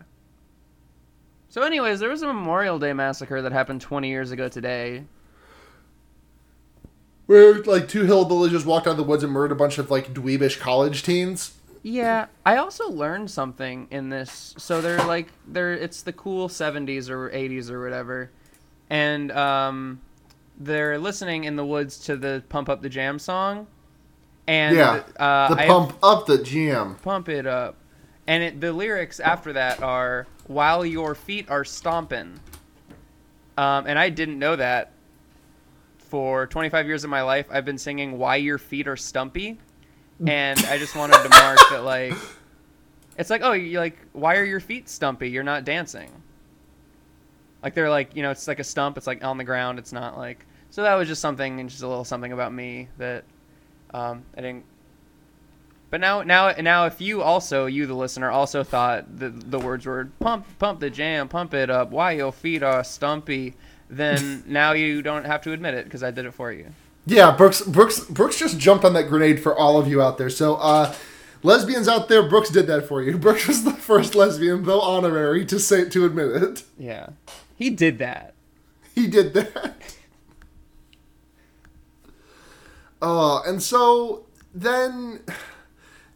Speaker 2: So, anyways, there was a Memorial Day massacre that happened 20 years ago today.
Speaker 1: Where like two hillbillies just walked out of the woods and murdered a bunch of like dweebish college teens.
Speaker 2: Yeah, I also learned something in this. So they're like they're it's the cool 70s or 80s or whatever. And um they're listening in the woods to the Pump Up the Jam song. And
Speaker 1: Yeah,
Speaker 2: uh
Speaker 1: the
Speaker 2: I
Speaker 1: pump up the jam.
Speaker 2: pump it up. And it, the lyrics after that are while your feet are stomping. Um, and I didn't know that. For 25 years of my life, I've been singing "Why Your Feet Are Stumpy," and I just wanted to mark that like, it's like, oh, you like, why are your feet stumpy? You're not dancing. Like they're like, you know, it's like a stump. It's like on the ground. It's not like. So that was just something, and just a little something about me that um, I didn't but now, now, now, if you also, you the listener, also thought the the words were pump, pump the jam, pump it up, why your feet are stumpy, (laughs) then now you don't have to admit it because I did it for you.
Speaker 1: Yeah, Brooks Brooks Brooks just jumped on that grenade for all of you out there. So uh lesbians out there, Brooks did that for you. (laughs) Brooks was the first lesbian, though honorary, to say to admit it.
Speaker 2: Yeah, he did that.
Speaker 1: He did that. (laughs) Uh, and so then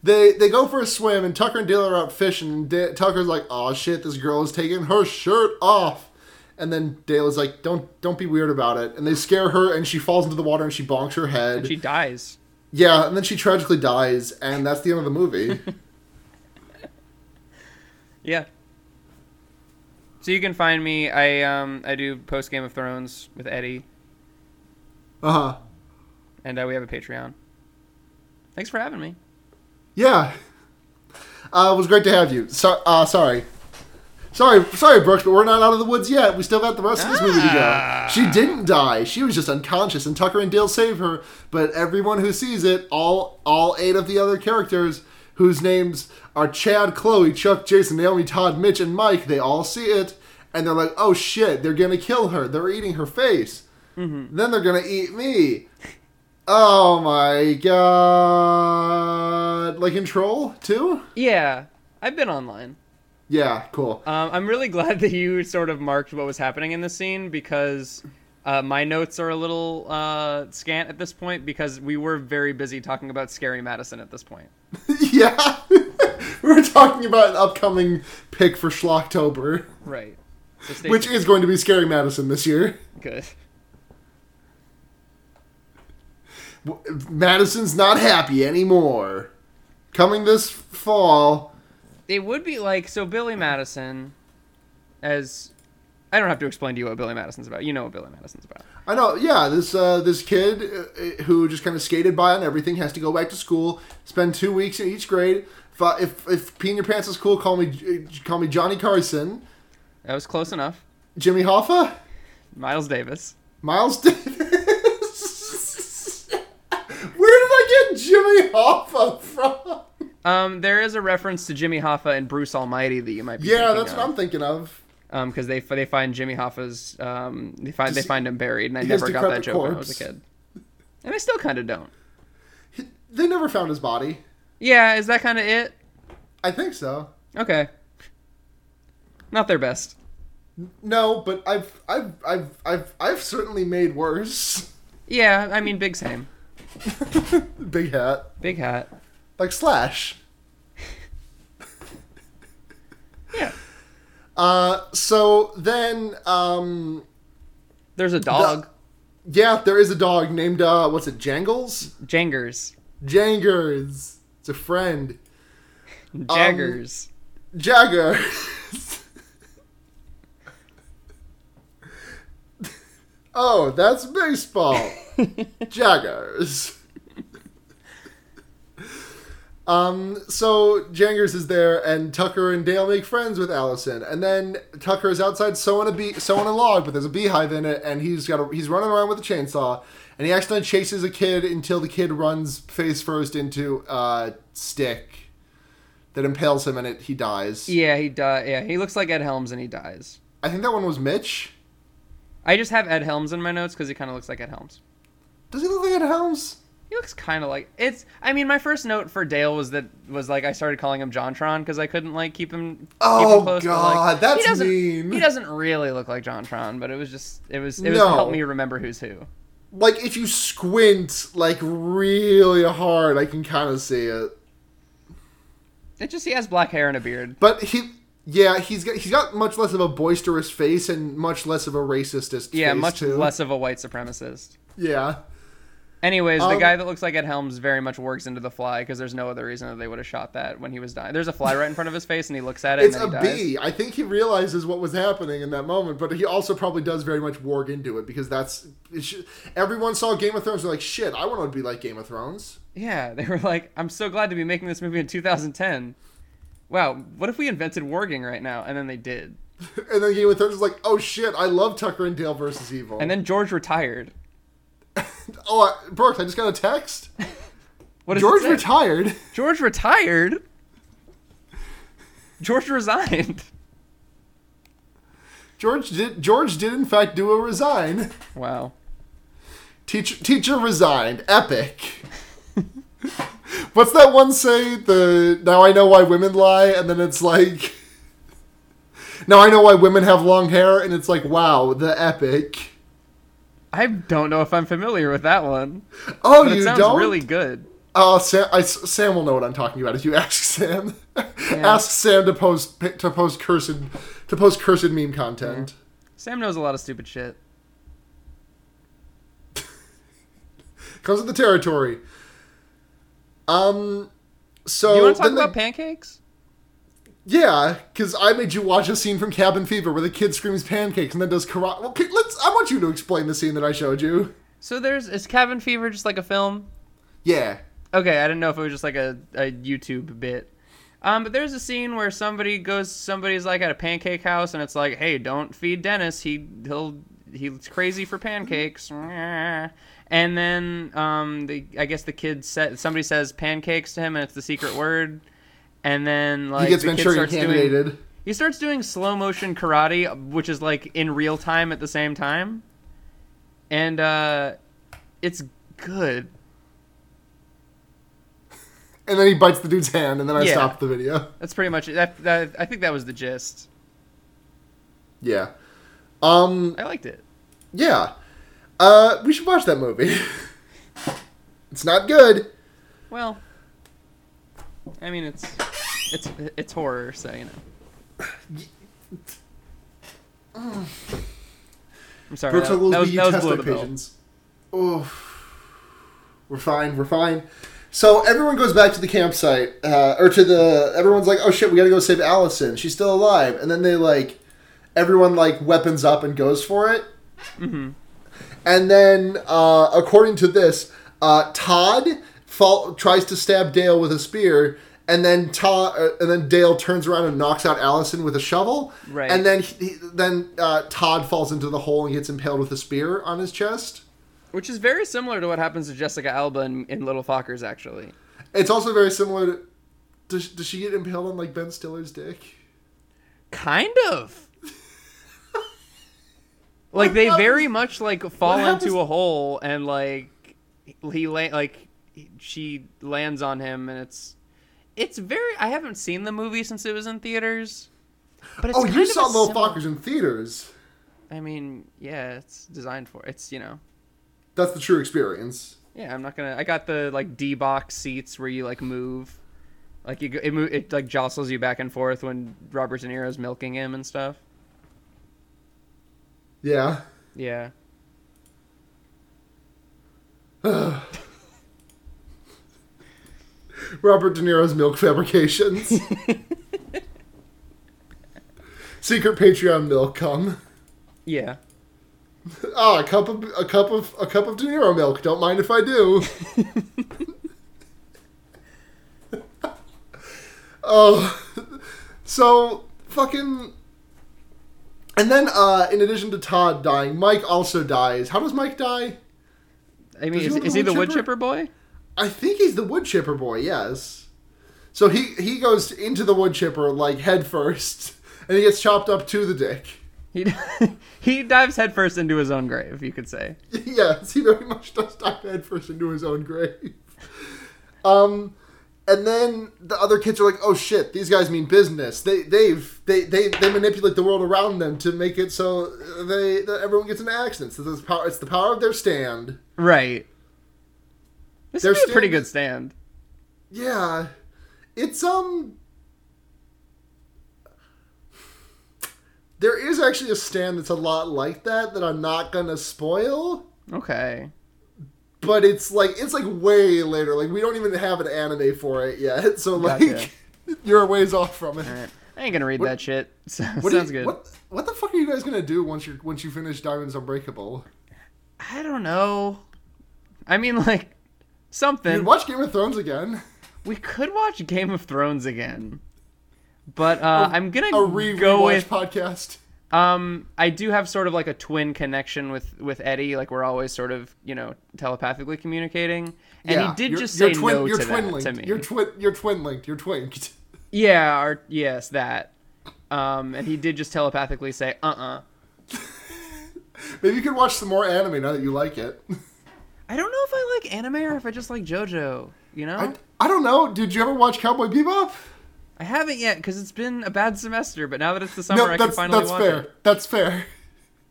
Speaker 1: they they go for a swim, and Tucker and Dale are out fishing. And Da- Tucker's like, "Oh shit, this girl is taking her shirt off." And then Dale is like, "Don't don't be weird about it." And they scare her, and she falls into the water, and she bonks her head.
Speaker 2: She dies.
Speaker 1: yeah, and then she tragically dies, and that's the end of the movie.
Speaker 2: Yeah. So you can find me. I um I do post Game of Thrones with Eddie,
Speaker 1: uh huh.
Speaker 2: and uh, we have a Patreon. Thanks for having me.
Speaker 1: Yeah. Uh, it was great to have you. So, uh, sorry. Sorry, sorry, Brooks, but we're not out of the woods yet. We still got the rest of this movie to go.
Speaker 2: Ah.
Speaker 1: She didn't die. She was just unconscious, and Tucker and Dale save her. But everyone who sees it, all all eight of the other characters, whose names are Chad, Chloe, Chuck, Jason, Naomi, Todd, Mitch, and Mike, they all see it, and they're like, "Oh shit, they're gonna kill her. They're eating her face. Then they're gonna eat me." Oh my god! Like in Troll too?
Speaker 2: Yeah, I've been online.
Speaker 1: Yeah, cool.
Speaker 2: Um, I'm really (laughs) glad that you sort of marked what was happening in the scene because uh, my notes are a little uh, scant at this point because we were very busy talking about Scary Madison at this point.
Speaker 1: (laughs) yeah. (laughs) we were talking about an upcoming pick for Schlocktober,
Speaker 2: Right. So stay
Speaker 1: which
Speaker 2: tuned.
Speaker 1: is going to be Scary Madison this year.
Speaker 2: good.
Speaker 1: W- Madison's not happy anymore. Coming this fall.
Speaker 2: It would be like so Billy Madison as I don't have to explain to you what Billy Madison's about. You know what Billy Madison's about.
Speaker 1: I know, yeah. This uh, this kid uh, who just kind of skated by on everything has to go back to school, spend two weeks in each grade. If I, if, if peeing your pants is cool, call me uh, call me Johnny Carson,
Speaker 2: That was close enough.
Speaker 1: Jimmy Hoffa,
Speaker 2: Miles Davis.
Speaker 1: Miles Davis. Where did I get Jimmy Hoffa from?
Speaker 2: Um, there is a reference to Jimmy Hoffa and Bruce Almighty that you might be.
Speaker 1: Yeah,
Speaker 2: thinking
Speaker 1: that's what
Speaker 2: of.
Speaker 1: I'm thinking of.
Speaker 2: Um, because they they find Jimmy Hoffa's um they find they
Speaker 1: Does he-
Speaker 2: find him buried, and I
Speaker 1: he has
Speaker 2: never got that
Speaker 1: decrepit
Speaker 2: joke when I was a
Speaker 1: corpse.
Speaker 2: kid, and I still kind of don't.
Speaker 1: They never found his body.
Speaker 2: Yeah, is that kind of it?
Speaker 1: I think so.
Speaker 2: Okay. Not their best.
Speaker 1: No, but I've I've I've I've I've certainly made worse. (laughs)
Speaker 2: Yeah, I mean big same.
Speaker 1: Big hat.
Speaker 2: Big hat.
Speaker 1: Like Slash.
Speaker 2: Yeah.
Speaker 1: Uh, so then, um,
Speaker 2: There's a dog.
Speaker 1: yeah, there is a dog named, uh, what's it, Jangles?
Speaker 2: Jangers.
Speaker 1: Jangers. It's a friend. Um,
Speaker 2: Jaggers.
Speaker 1: Jagger. (laughs) oh, that's baseball. Jaggers. Um, so Jangers is there, and Tucker and Dale make friends with Allison, and then Tucker is outside sewing a bee, sewing a log, but there's a beehive in it, and he's got a, he's running around with a chainsaw, and he accidentally chases a kid until the kid runs face first into a stick that impales him, and it he dies.
Speaker 2: yeah, he di- Yeah, he looks like Ed Helms and he dies.
Speaker 1: I think that one was Mitch.
Speaker 2: I just have Ed Helms in my notes because he kind of looks like Ed Helms.
Speaker 1: Does he look like Ed Helms?
Speaker 2: He looks kind of like it's. I mean, my first note for Dale was that was like I started calling him Jontron because I couldn't like keep him. keep
Speaker 1: Oh,
Speaker 2: him close, but,
Speaker 1: God,
Speaker 2: like,
Speaker 1: that's
Speaker 2: he doesn't,
Speaker 1: mean.
Speaker 2: He doesn't really look like Jontron, but it was just it was it was
Speaker 1: No.
Speaker 2: to help me remember who's who.
Speaker 1: Like if you squint like really hard, I can kind of see it.
Speaker 2: It just he has black hair and a beard.
Speaker 1: But he, yeah, he's got he's got much less of a boisterous face and much less of a racistist.
Speaker 2: Yeah,
Speaker 1: face,
Speaker 2: much
Speaker 1: too.
Speaker 2: less of a white supremacist.
Speaker 1: Yeah,
Speaker 2: Anyways, the
Speaker 1: Um,
Speaker 2: guy that looks like Ed Helms very much works into the fly because there's no other reason that they would have shot that when he was dying. There's a fly right in front of his face, and he looks at it.
Speaker 1: it's a
Speaker 2: and then he dies.
Speaker 1: bee. I think he realizes what was happening in that moment, but he also probably does very much warg into it because that's it sh- everyone saw Game of Thrones. They're like, shit, I want to be like Game of Thrones. (laughs)
Speaker 2: Yeah, (laughs) they were like, "I'm so glad to be making this movie in 2010." Wow, what if we invented warging right now? And then they did.
Speaker 1: And then Game of Thrones is like, oh shit, I love Tucker and Dale versus Evil.
Speaker 2: And then George retired.
Speaker 1: oh, I, Brooks, I just got a text.
Speaker 2: What does it
Speaker 1: George
Speaker 2: say?
Speaker 1: retired. (laughs)
Speaker 2: George retired. George resigned. (laughs)
Speaker 1: George did. George did in fact do a resign.
Speaker 2: Wow.
Speaker 1: Teacher, teacher resigned. Epic. (laughs) What's that one say? The now I know why women lie, and then it's like (laughs) now I know why women have long hair, and it's like wow, the epic.
Speaker 2: I don't know if I'm familiar with that one,
Speaker 1: Oh,
Speaker 2: but it
Speaker 1: you
Speaker 2: sounds
Speaker 1: don't?
Speaker 2: really good.
Speaker 1: Oh, Sam, I, Sam will know what I'm talking about if you (laughs) ask Sam. ask Sam to post to post cursed to post cursed meme content.
Speaker 2: Sam knows a lot of stupid shit.
Speaker 1: Comes with the territory. Um, so
Speaker 2: Do you want to talk
Speaker 1: then they-
Speaker 2: about pancakes?
Speaker 1: Yeah, because I made you watch a scene from Cabin Fever where the kid screams pancakes and then does karate. Well, okay, let's. I want you to explain the scene that I showed you.
Speaker 2: So there's is Cabin Fever just like a film?
Speaker 1: Yeah,
Speaker 2: Okay, I didn't know if it was just like a, a YouTube bit. Um, but there's a scene where somebody goes, somebody's like at a pancake house, and it's like, hey, don't feed Dennis. He he'll he's crazy for pancakes. (laughs) And then um, the I guess the kid said somebody says pancakes to him, and it's the secret word. And then like
Speaker 1: he gets
Speaker 2: the kid
Speaker 1: Manchurian
Speaker 2: starts doing-
Speaker 1: candidated.
Speaker 2: he starts doing slow motion karate, which is like in real time at the same time, and uh, it's good.
Speaker 1: And then he bites the dude's hand, and then I
Speaker 2: Yeah.
Speaker 1: stopped the video.
Speaker 2: That's pretty much it. That, that, I think that was the gist.
Speaker 1: Yeah, um,
Speaker 2: I liked it.
Speaker 1: yeah. Uh, we should watch that movie. (laughs) it's not good.
Speaker 2: Well, I mean, it's it's it's horror, so you know. (sighs) I'm sorry.
Speaker 1: Brooks
Speaker 2: that,
Speaker 1: Ogles,
Speaker 2: that was,
Speaker 1: we
Speaker 2: that was
Speaker 1: test
Speaker 2: below
Speaker 1: our
Speaker 2: the belt.
Speaker 1: patience. Oof. We're fine. We're fine. So everyone goes back to the campsite, uh, or to the. Everyone's like, "Oh shit, we gotta go save Allison. She's still alive." And then they like, everyone like weapons up and goes for it. And then, uh, according to this, uh, Todd fall- tries to stab Dale with a spear, and then Todd, uh, and then Dale turns around and knocks out Allison with a shovel.
Speaker 2: Right.
Speaker 1: And then, he, he- then uh, Todd falls into the hole and gets impaled with a spear on his chest.
Speaker 2: Which is very similar to what happens to Jessica Alba in, in Little Fockers, actually.
Speaker 1: It's also very similar. to... Does, does she get impaled on like Ben Stiller's dick?
Speaker 2: Kind
Speaker 1: (laughs)
Speaker 2: of. like they very much like fall
Speaker 1: happens-
Speaker 2: into a hole and like he la- like he- she lands on him and it's it's very I haven't seen the movie since it was in theaters. But it's
Speaker 1: oh,
Speaker 2: kind
Speaker 1: you
Speaker 2: of
Speaker 1: saw
Speaker 2: a
Speaker 1: Little
Speaker 2: similar-
Speaker 1: Fockers in theaters.
Speaker 2: I mean, yeah, it's designed for it's you know.
Speaker 1: That's the true experience.
Speaker 2: Yeah, I'm not gonna. I got the like D box seats where you like move, like you go- it mo- it like jostles you back and forth when Robert De Niro's milking him and stuff.
Speaker 1: Yeah. (laughs)
Speaker 2: Yeah.
Speaker 1: Robert De Niro's milk
Speaker 2: (laughs)
Speaker 1: fabrications. Secret Patreon milk cum.
Speaker 2: Yeah.
Speaker 1: Ah, a cup of a cup of a cup of De Niro milk. Don't mind if I do. oh, so fucking. And then, uh, in addition to Todd dying, Mike also dies. How does Mike die?
Speaker 2: I mean,
Speaker 1: Does he
Speaker 2: is,
Speaker 1: want
Speaker 2: is
Speaker 1: the
Speaker 2: he the
Speaker 1: wood
Speaker 2: wood
Speaker 1: chipper?
Speaker 2: chipper boy?
Speaker 1: I think he's the wood chipper boy. Yes. So he he goes into the wood chipper like head first, (laughs) and he gets chopped up to the dick.
Speaker 2: He (laughs) he dives headfirst into his own grave, you could say.
Speaker 1: (laughs) yes, he very much does dive headfirst into his own grave. Um, and then the other kids are like, "Oh shit, these guys mean business. They they've they they, they manipulate the world around them to make it so they that everyone gets into accidents. This is power. It's the power of their stand."
Speaker 2: Right. This
Speaker 1: Their
Speaker 2: is a pretty
Speaker 1: stand-
Speaker 2: good stand.
Speaker 1: Yeah. It's um There is actually a stand that's a lot like that that I'm not going to spoil,
Speaker 2: Okay.
Speaker 1: but it's like it's like way later. Like we don't even have an anime for it yet. (laughs) So like
Speaker 2: Gotcha.
Speaker 1: you're a ways off from it.
Speaker 2: All right. I ain't gonna read that shit. (laughs) So,
Speaker 1: What do you-
Speaker 2: sounds good.
Speaker 1: What, what the fuck are you guys going to do once you once you finish Diamonds Unbreakable?
Speaker 2: I don't know. I mean, like something.
Speaker 1: You'd watch Game of Thrones again.
Speaker 2: We could watch Game of Thrones again, but uh, i I'm gonna
Speaker 1: A re
Speaker 2: go
Speaker 1: rewatch
Speaker 2: with.
Speaker 1: podcast.
Speaker 2: Um, I do have sort of like a twin connection with with Eddie. Like we're always sort of you know telepathically communicating, and
Speaker 1: Yeah,
Speaker 2: he did
Speaker 1: you're-
Speaker 2: just
Speaker 1: you're
Speaker 2: say
Speaker 1: twin,
Speaker 2: no
Speaker 1: you're
Speaker 2: to
Speaker 1: twin
Speaker 2: that
Speaker 1: linked.
Speaker 2: to me.
Speaker 1: You're twin you're twin linked. You're twinked. (laughs)
Speaker 2: yeah, or yes, that. Um, and he did just telepathically say, "Uh, uh
Speaker 1: Maybe you could watch some more anime now that you like it. (laughs)
Speaker 2: I don't know if I like anime or if I just like JoJo. You know,
Speaker 1: I,
Speaker 2: I,
Speaker 1: I don't know. Did you ever watch Cowboy Bebop?
Speaker 2: haven't yet because it's been a bad semester. But now that it's the summer,
Speaker 1: No,
Speaker 2: I can
Speaker 1: that's
Speaker 2: finally
Speaker 1: that's
Speaker 2: watch
Speaker 1: fair.
Speaker 2: it.
Speaker 1: That's fair.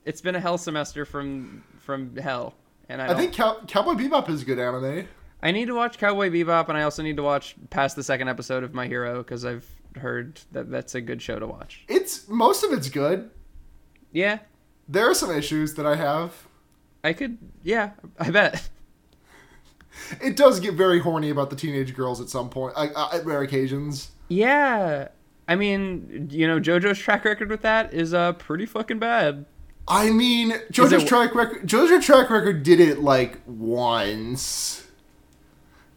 Speaker 2: It's been a hell semester from from hell, and I,
Speaker 1: I
Speaker 2: don't
Speaker 1: think Cow- Cowboy Bebop is a good anime.
Speaker 2: I need to watch Cowboy Bebop, and I also need to watch past the second episode of My Hero because I've heard that that's a good show to watch.
Speaker 1: It's most of it's good.
Speaker 2: Yeah,
Speaker 1: There are some issues that I have.
Speaker 2: I could. Yeah, I bet.
Speaker 1: It does get very horny about the teenage girls at some point, I, I, at rare occasions.
Speaker 2: Yeah, I mean, you know, JoJo's track record with that is uh pretty fucking bad.
Speaker 1: I mean, JoJo's
Speaker 2: it-
Speaker 1: track record. JoJo's track record did it like once,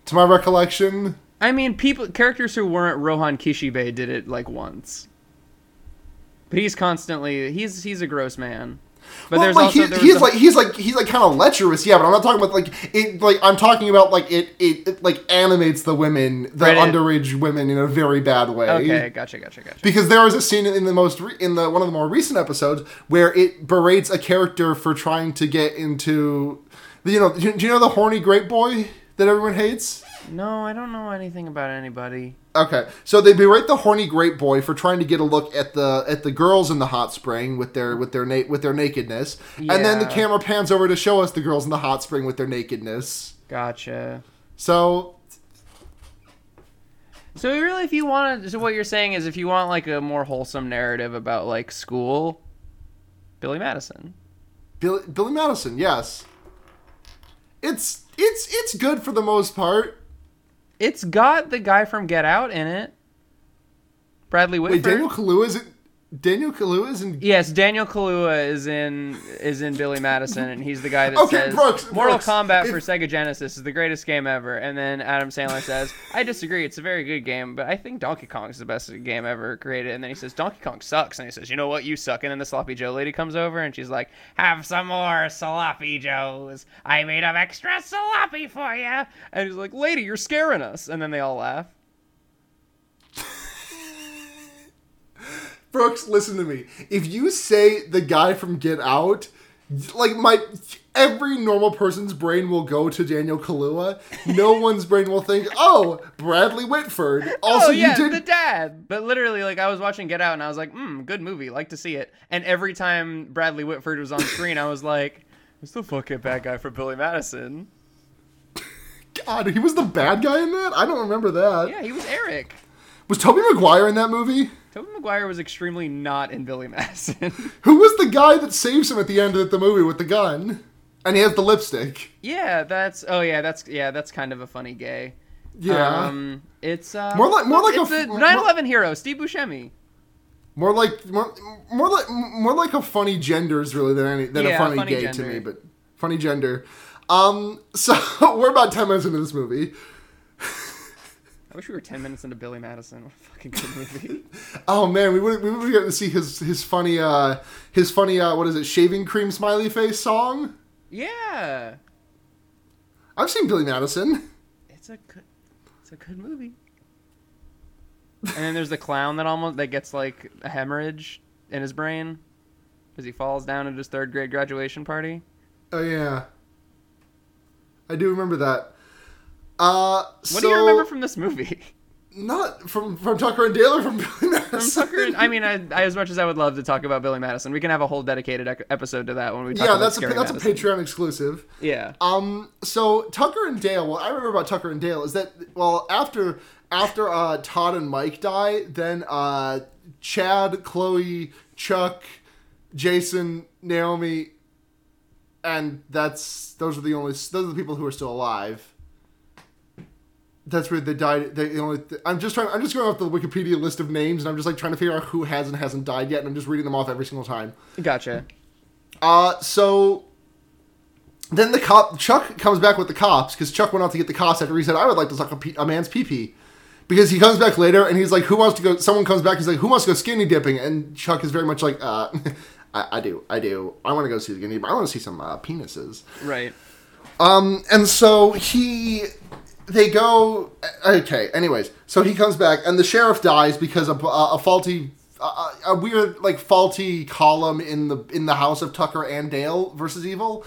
Speaker 1: to my recollection.
Speaker 2: I mean, people characters who weren't Rohan Kishibe did it like once, but he's constantly he's he's a gross man. But
Speaker 1: Well,
Speaker 2: there's
Speaker 1: like,
Speaker 2: also
Speaker 1: he-
Speaker 2: there was
Speaker 1: he's
Speaker 2: a-
Speaker 1: like he's like he's like kind of lecherous, yeah. But I'm not talking about like it. Like I'm talking about like it it, it like animates the women, the
Speaker 2: Right, it-
Speaker 1: underage women, in a very bad way.
Speaker 2: okay, gotcha, gotcha, gotcha.
Speaker 1: Because there was a scene in the most re- in the one of the more recent episodes where it berates a character for trying to get into, you know, do do you know the horny great boy that everyone hates?
Speaker 2: No, I don't know anything about anybody.
Speaker 1: Okay, so they berate the horny great boy for trying to get a look at the at the girls in the hot spring with their with their na- with their nakedness, and then the
Speaker 2: Yeah.
Speaker 1: camera pans over to show us the girls in the hot spring with their nakedness.
Speaker 2: Gotcha.
Speaker 1: So
Speaker 2: So really, if you want, so what you're saying is, if you want like a more wholesome narrative about like school, Billy Madison.
Speaker 1: Billy, Billy Madison, yes, it's it's it's good for the most part.
Speaker 2: It's got the guy from Get Out in it, Bradley Whitford.
Speaker 1: Wait, Daniel Kaluuya is it? Daniel Kaluuya is in.
Speaker 2: Yes, Daniel Kaluuya is in is in Billy Madison, and he's the guy
Speaker 1: (laughs)
Speaker 2: that
Speaker 1: Okay,
Speaker 2: says
Speaker 1: Brooks,
Speaker 2: Mortal
Speaker 1: Brooks,
Speaker 2: Kombat
Speaker 1: if-
Speaker 2: for Sega Genesis is the greatest game ever. And then Adam Sandler says, "I disagree. It's a very good game, but I think Donkey Kong is the best game ever created." And then he says, "Donkey Kong sucks." And he says, "You know what? You suck." And then the sloppy Joe lady comes over, and she's like, "Have some more sloppy Joes. I made up extra sloppy for you." And he's like, "Lady, you're scaring us." And then they all laugh.
Speaker 1: Brooks, listen to me. If you say the guy from Get Out, like my every normal person's brain will go to Daniel Kaluuya.
Speaker 2: (laughs)
Speaker 1: No one's brain will think, "Oh, Bradley Whitford." Also,
Speaker 2: oh yeah,
Speaker 1: you did
Speaker 2: the dad. But literally, like I was watching Get Out, and I was like, "Hmm, good movie. Like to see it." And every time Bradley Whitford was on screen, I was like, "Who's the fucking bad guy for Billy Madison?"
Speaker 1: God, he was the bad guy in that? I don't remember that.
Speaker 2: Yeah, he was Eric.
Speaker 1: Was Toby Maguire in that movie?
Speaker 2: Tobey Maguire was extremely not in Billy (laughs) Madison.
Speaker 1: Who was the guy that saves him at the end of the movie with the gun? And he has the lipstick.
Speaker 2: yeah, that's. Oh yeah, that's. Yeah, that's kind of a funny gay.
Speaker 1: Yeah.
Speaker 2: Um, it's uh,
Speaker 1: More like- more like
Speaker 2: it's
Speaker 1: a-
Speaker 2: a 9/11 hero, Steve Buscemi.
Speaker 1: more like more, more like more like a funny gender is really than any than a
Speaker 2: Yeah,
Speaker 1: funny,
Speaker 2: funny
Speaker 1: gay to
Speaker 2: gender.
Speaker 1: me, but funny gender. Um (laughs) so we're about 10 minutes into this movie.
Speaker 2: I wish we were 10 minutes into Billy Madison. What a fucking
Speaker 1: (laughs)
Speaker 2: good movie.
Speaker 1: Oh man, we would we would get to see his his funny uh his funny uh what is it? Shaving cream smiley face song.
Speaker 2: yeah,
Speaker 1: I've seen Billy Madison.
Speaker 2: it's a good it's a good movie. And then there's the clown that almost that gets like a hemorrhage in his brain because he falls down at his third grade graduation party.
Speaker 1: Oh yeah. I do remember that. Uh
Speaker 2: What
Speaker 1: so
Speaker 2: do you remember from this movie?
Speaker 1: not from from Tucker and Dale or from Billy Madison?
Speaker 2: (laughs) From Tucker and- I mean, I, I, as much as I would love to talk about Billy Madison, we can have a whole dedicated ec- episode to that when we talk
Speaker 1: yeah,
Speaker 2: about
Speaker 1: that's a
Speaker 2: Scary
Speaker 1: that's a
Speaker 2: Madison.
Speaker 1: Patreon exclusive.
Speaker 2: Yeah.
Speaker 1: Um, so Tucker and Dale. Well, I remember about Tucker and Dale is that well after after uh, Todd and Mike die, then uh, Chad, Chloe, Chuck, Jason, Naomi, and that's those are the only those are the people who are still alive. That's where they died. They, the only I'm just trying. I'm just going off the Wikipedia list of names, and I'm just like trying to figure out who has and hasn't died yet, and I'm just reading them off every single time.
Speaker 2: Gotcha.
Speaker 1: Uh, so then the cop Chuck comes back with the cops because Chuck went out to get the cops after he said, "I would like to suck a, pe- a man's pee pee," because he comes back later and he's like, "Who wants to go?" Someone comes back, he's like, "Who wants to go skinny dipping?" And Chuck is very much like, "Uh, (laughs) I, I do, I do. I want to go see skinny. dipping. I want to see some uh, penises."
Speaker 2: Right.
Speaker 1: and so he they go okay anyways so he comes back and the sheriff dies because a, a faulty a, a weird like faulty column in the in the house of tucker and dale versus evil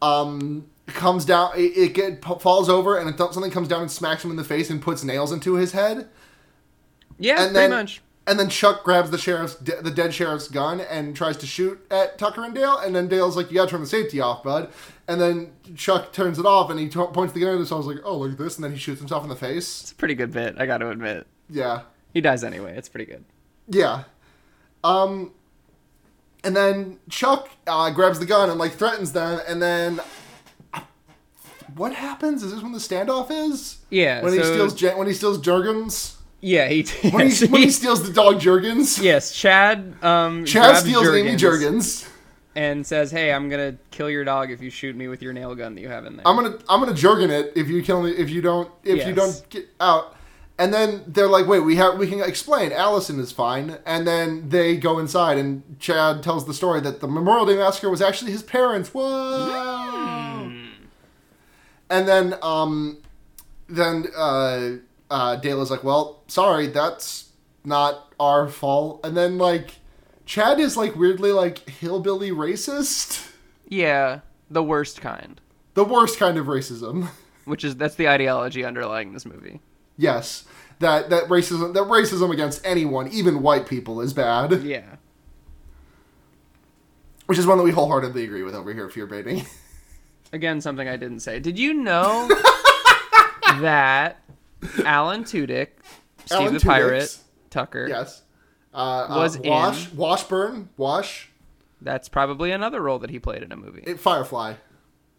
Speaker 1: um comes down it, it get, falls over and it, something comes down and smacks him in the face and puts nails into his head
Speaker 2: Yeah,
Speaker 1: and
Speaker 2: pretty
Speaker 1: then,
Speaker 2: much.
Speaker 1: And then Chuck grabs the sheriff's de- the dead sheriff's gun and tries to shoot at Tucker and Dale. And then Dale's like, "You gotta turn the safety off, bud." And then Chuck turns it off and he t- points the gun at himself. He's like, "Oh, look at this!" And then he shoots himself in the face.
Speaker 2: It's a pretty good bit, I got to admit.
Speaker 1: Yeah,
Speaker 2: He dies anyway. It's pretty good.
Speaker 1: yeah. Um, and then Chuck uh, grabs the gun and like threatens them. And then what happens? Is this when the standoff is?
Speaker 2: Yeah,
Speaker 1: When he
Speaker 2: so-
Speaker 1: steals Je- when he steals Jurgens.
Speaker 2: Yeah, he (laughs)
Speaker 1: When he, when he steals the dog Jurgens.
Speaker 2: Yes, Chad. Um,
Speaker 1: Chad
Speaker 2: grabs
Speaker 1: steals Amy
Speaker 2: Juergens.
Speaker 1: Jurgens.
Speaker 2: and says, "Hey, I'm gonna kill your dog if you shoot me with your nail gun that you have in there."
Speaker 1: I'm gonna I'm gonna jerkin it if you kill me if you don't if you
Speaker 2: Yes.
Speaker 1: don't get out. And then they're like, wait, we have we can explain. Allison is fine. And then they go inside, and Chad tells the story that the Memorial Day massacre was actually his parents. Whoa! And then um, then uh, uh, Dale is like, well, sorry, that's not our fault. And then like, Chad is like weirdly like hillbilly racist, (laughs)
Speaker 2: yeah, the worst kind,
Speaker 1: the worst kind of racism.
Speaker 2: which is that's the ideology underlying this movie.
Speaker 1: Yes, that that racism that racism against anyone, even white people, is bad.
Speaker 2: Yeah,
Speaker 1: Which is one that we wholeheartedly agree with over here at Fear Baiting.
Speaker 2: again, something I didn't say. Did
Speaker 1: (laughs)
Speaker 2: you know that Alan Tudyk, Steve
Speaker 1: Alan
Speaker 2: the
Speaker 1: Tudyk's-
Speaker 2: Pirate, Tucker?
Speaker 1: (laughs) yes, uh, uh,
Speaker 2: Was
Speaker 1: Wash
Speaker 2: in-
Speaker 1: Washburn Wash
Speaker 2: That's probably another role that he played in a movie.
Speaker 1: it, Firefly.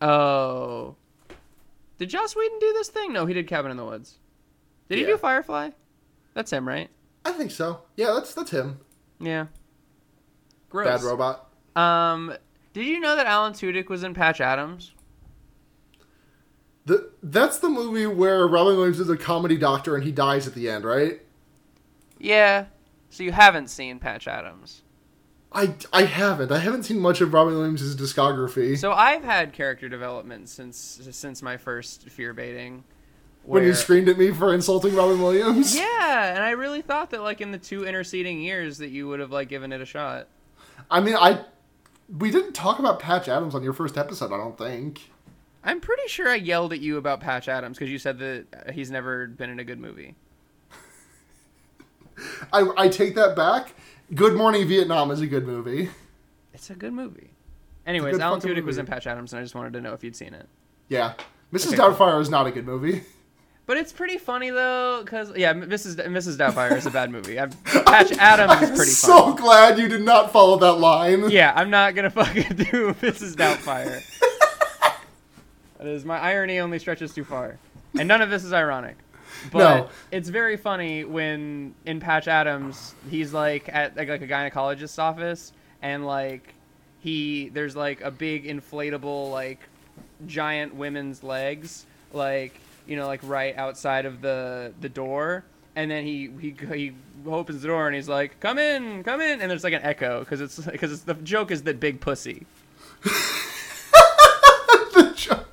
Speaker 2: oh, did Joss Whedon do this thing? No, he did Cabin in the Woods. Did he
Speaker 1: Yeah.
Speaker 2: do Firefly? That's him, right?
Speaker 1: I think so. Yeah, that's that's him.
Speaker 2: Yeah. Gross.
Speaker 1: Bad robot.
Speaker 2: Um, did you know that Alan Tudyk was in Patch Adams?
Speaker 1: The, that's the movie where Robin Williams is a comedy doctor and he dies at the end, right?
Speaker 2: Yeah. So you haven't seen Patch Adams.
Speaker 1: I, I haven't. I haven't seen much of Robin Williams' discography.
Speaker 2: So I've had character development since since my first fear baiting.
Speaker 1: when you
Speaker 2: where-
Speaker 1: screamed at me for insulting Robin Williams?
Speaker 2: Yeah, and I really thought that like in the two interceding years that you would have like given it a shot.
Speaker 1: I mean, I we didn't talk about Patch Adams on your first episode, I don't think.
Speaker 2: I'm pretty sure I yelled at you about Patch Adams because you said that he's never been in a good movie.
Speaker 1: I, I take that back. Good Morning Vietnam is a good movie.
Speaker 2: It's a good movie. Anyways,
Speaker 1: good
Speaker 2: Alan Tudyk
Speaker 1: fucking
Speaker 2: was
Speaker 1: movie.
Speaker 2: in Patch Adams, and I just wanted to know if you'd seen it.
Speaker 1: Yeah. Mrs.
Speaker 2: Okay, cool.
Speaker 1: Doubtfire is not a good movie.
Speaker 2: But it's pretty funny though, because yeah, M- Mrs. D- Mrs. Doubtfire is a bad movie. i
Speaker 1: (laughs)
Speaker 2: Patch Adams is
Speaker 1: I'm
Speaker 2: pretty
Speaker 1: so
Speaker 2: funny.
Speaker 1: glad you did not follow that line.
Speaker 2: Yeah, I'm not gonna (laughs) fucking do Mrs.
Speaker 1: (laughs)
Speaker 2: Doubtfire. that is my irony only stretches too far, and none of this is ironic. But
Speaker 1: No.
Speaker 2: it's very funny when in Patch Adams he's like at like, like a gynecologist's office and like he there's like a big inflatable like giant women's legs like you know like right outside of the the door and then he he he opens the door and he's like come in come in and there's like an echo because it's because it's the joke is that big pussy
Speaker 1: The joke-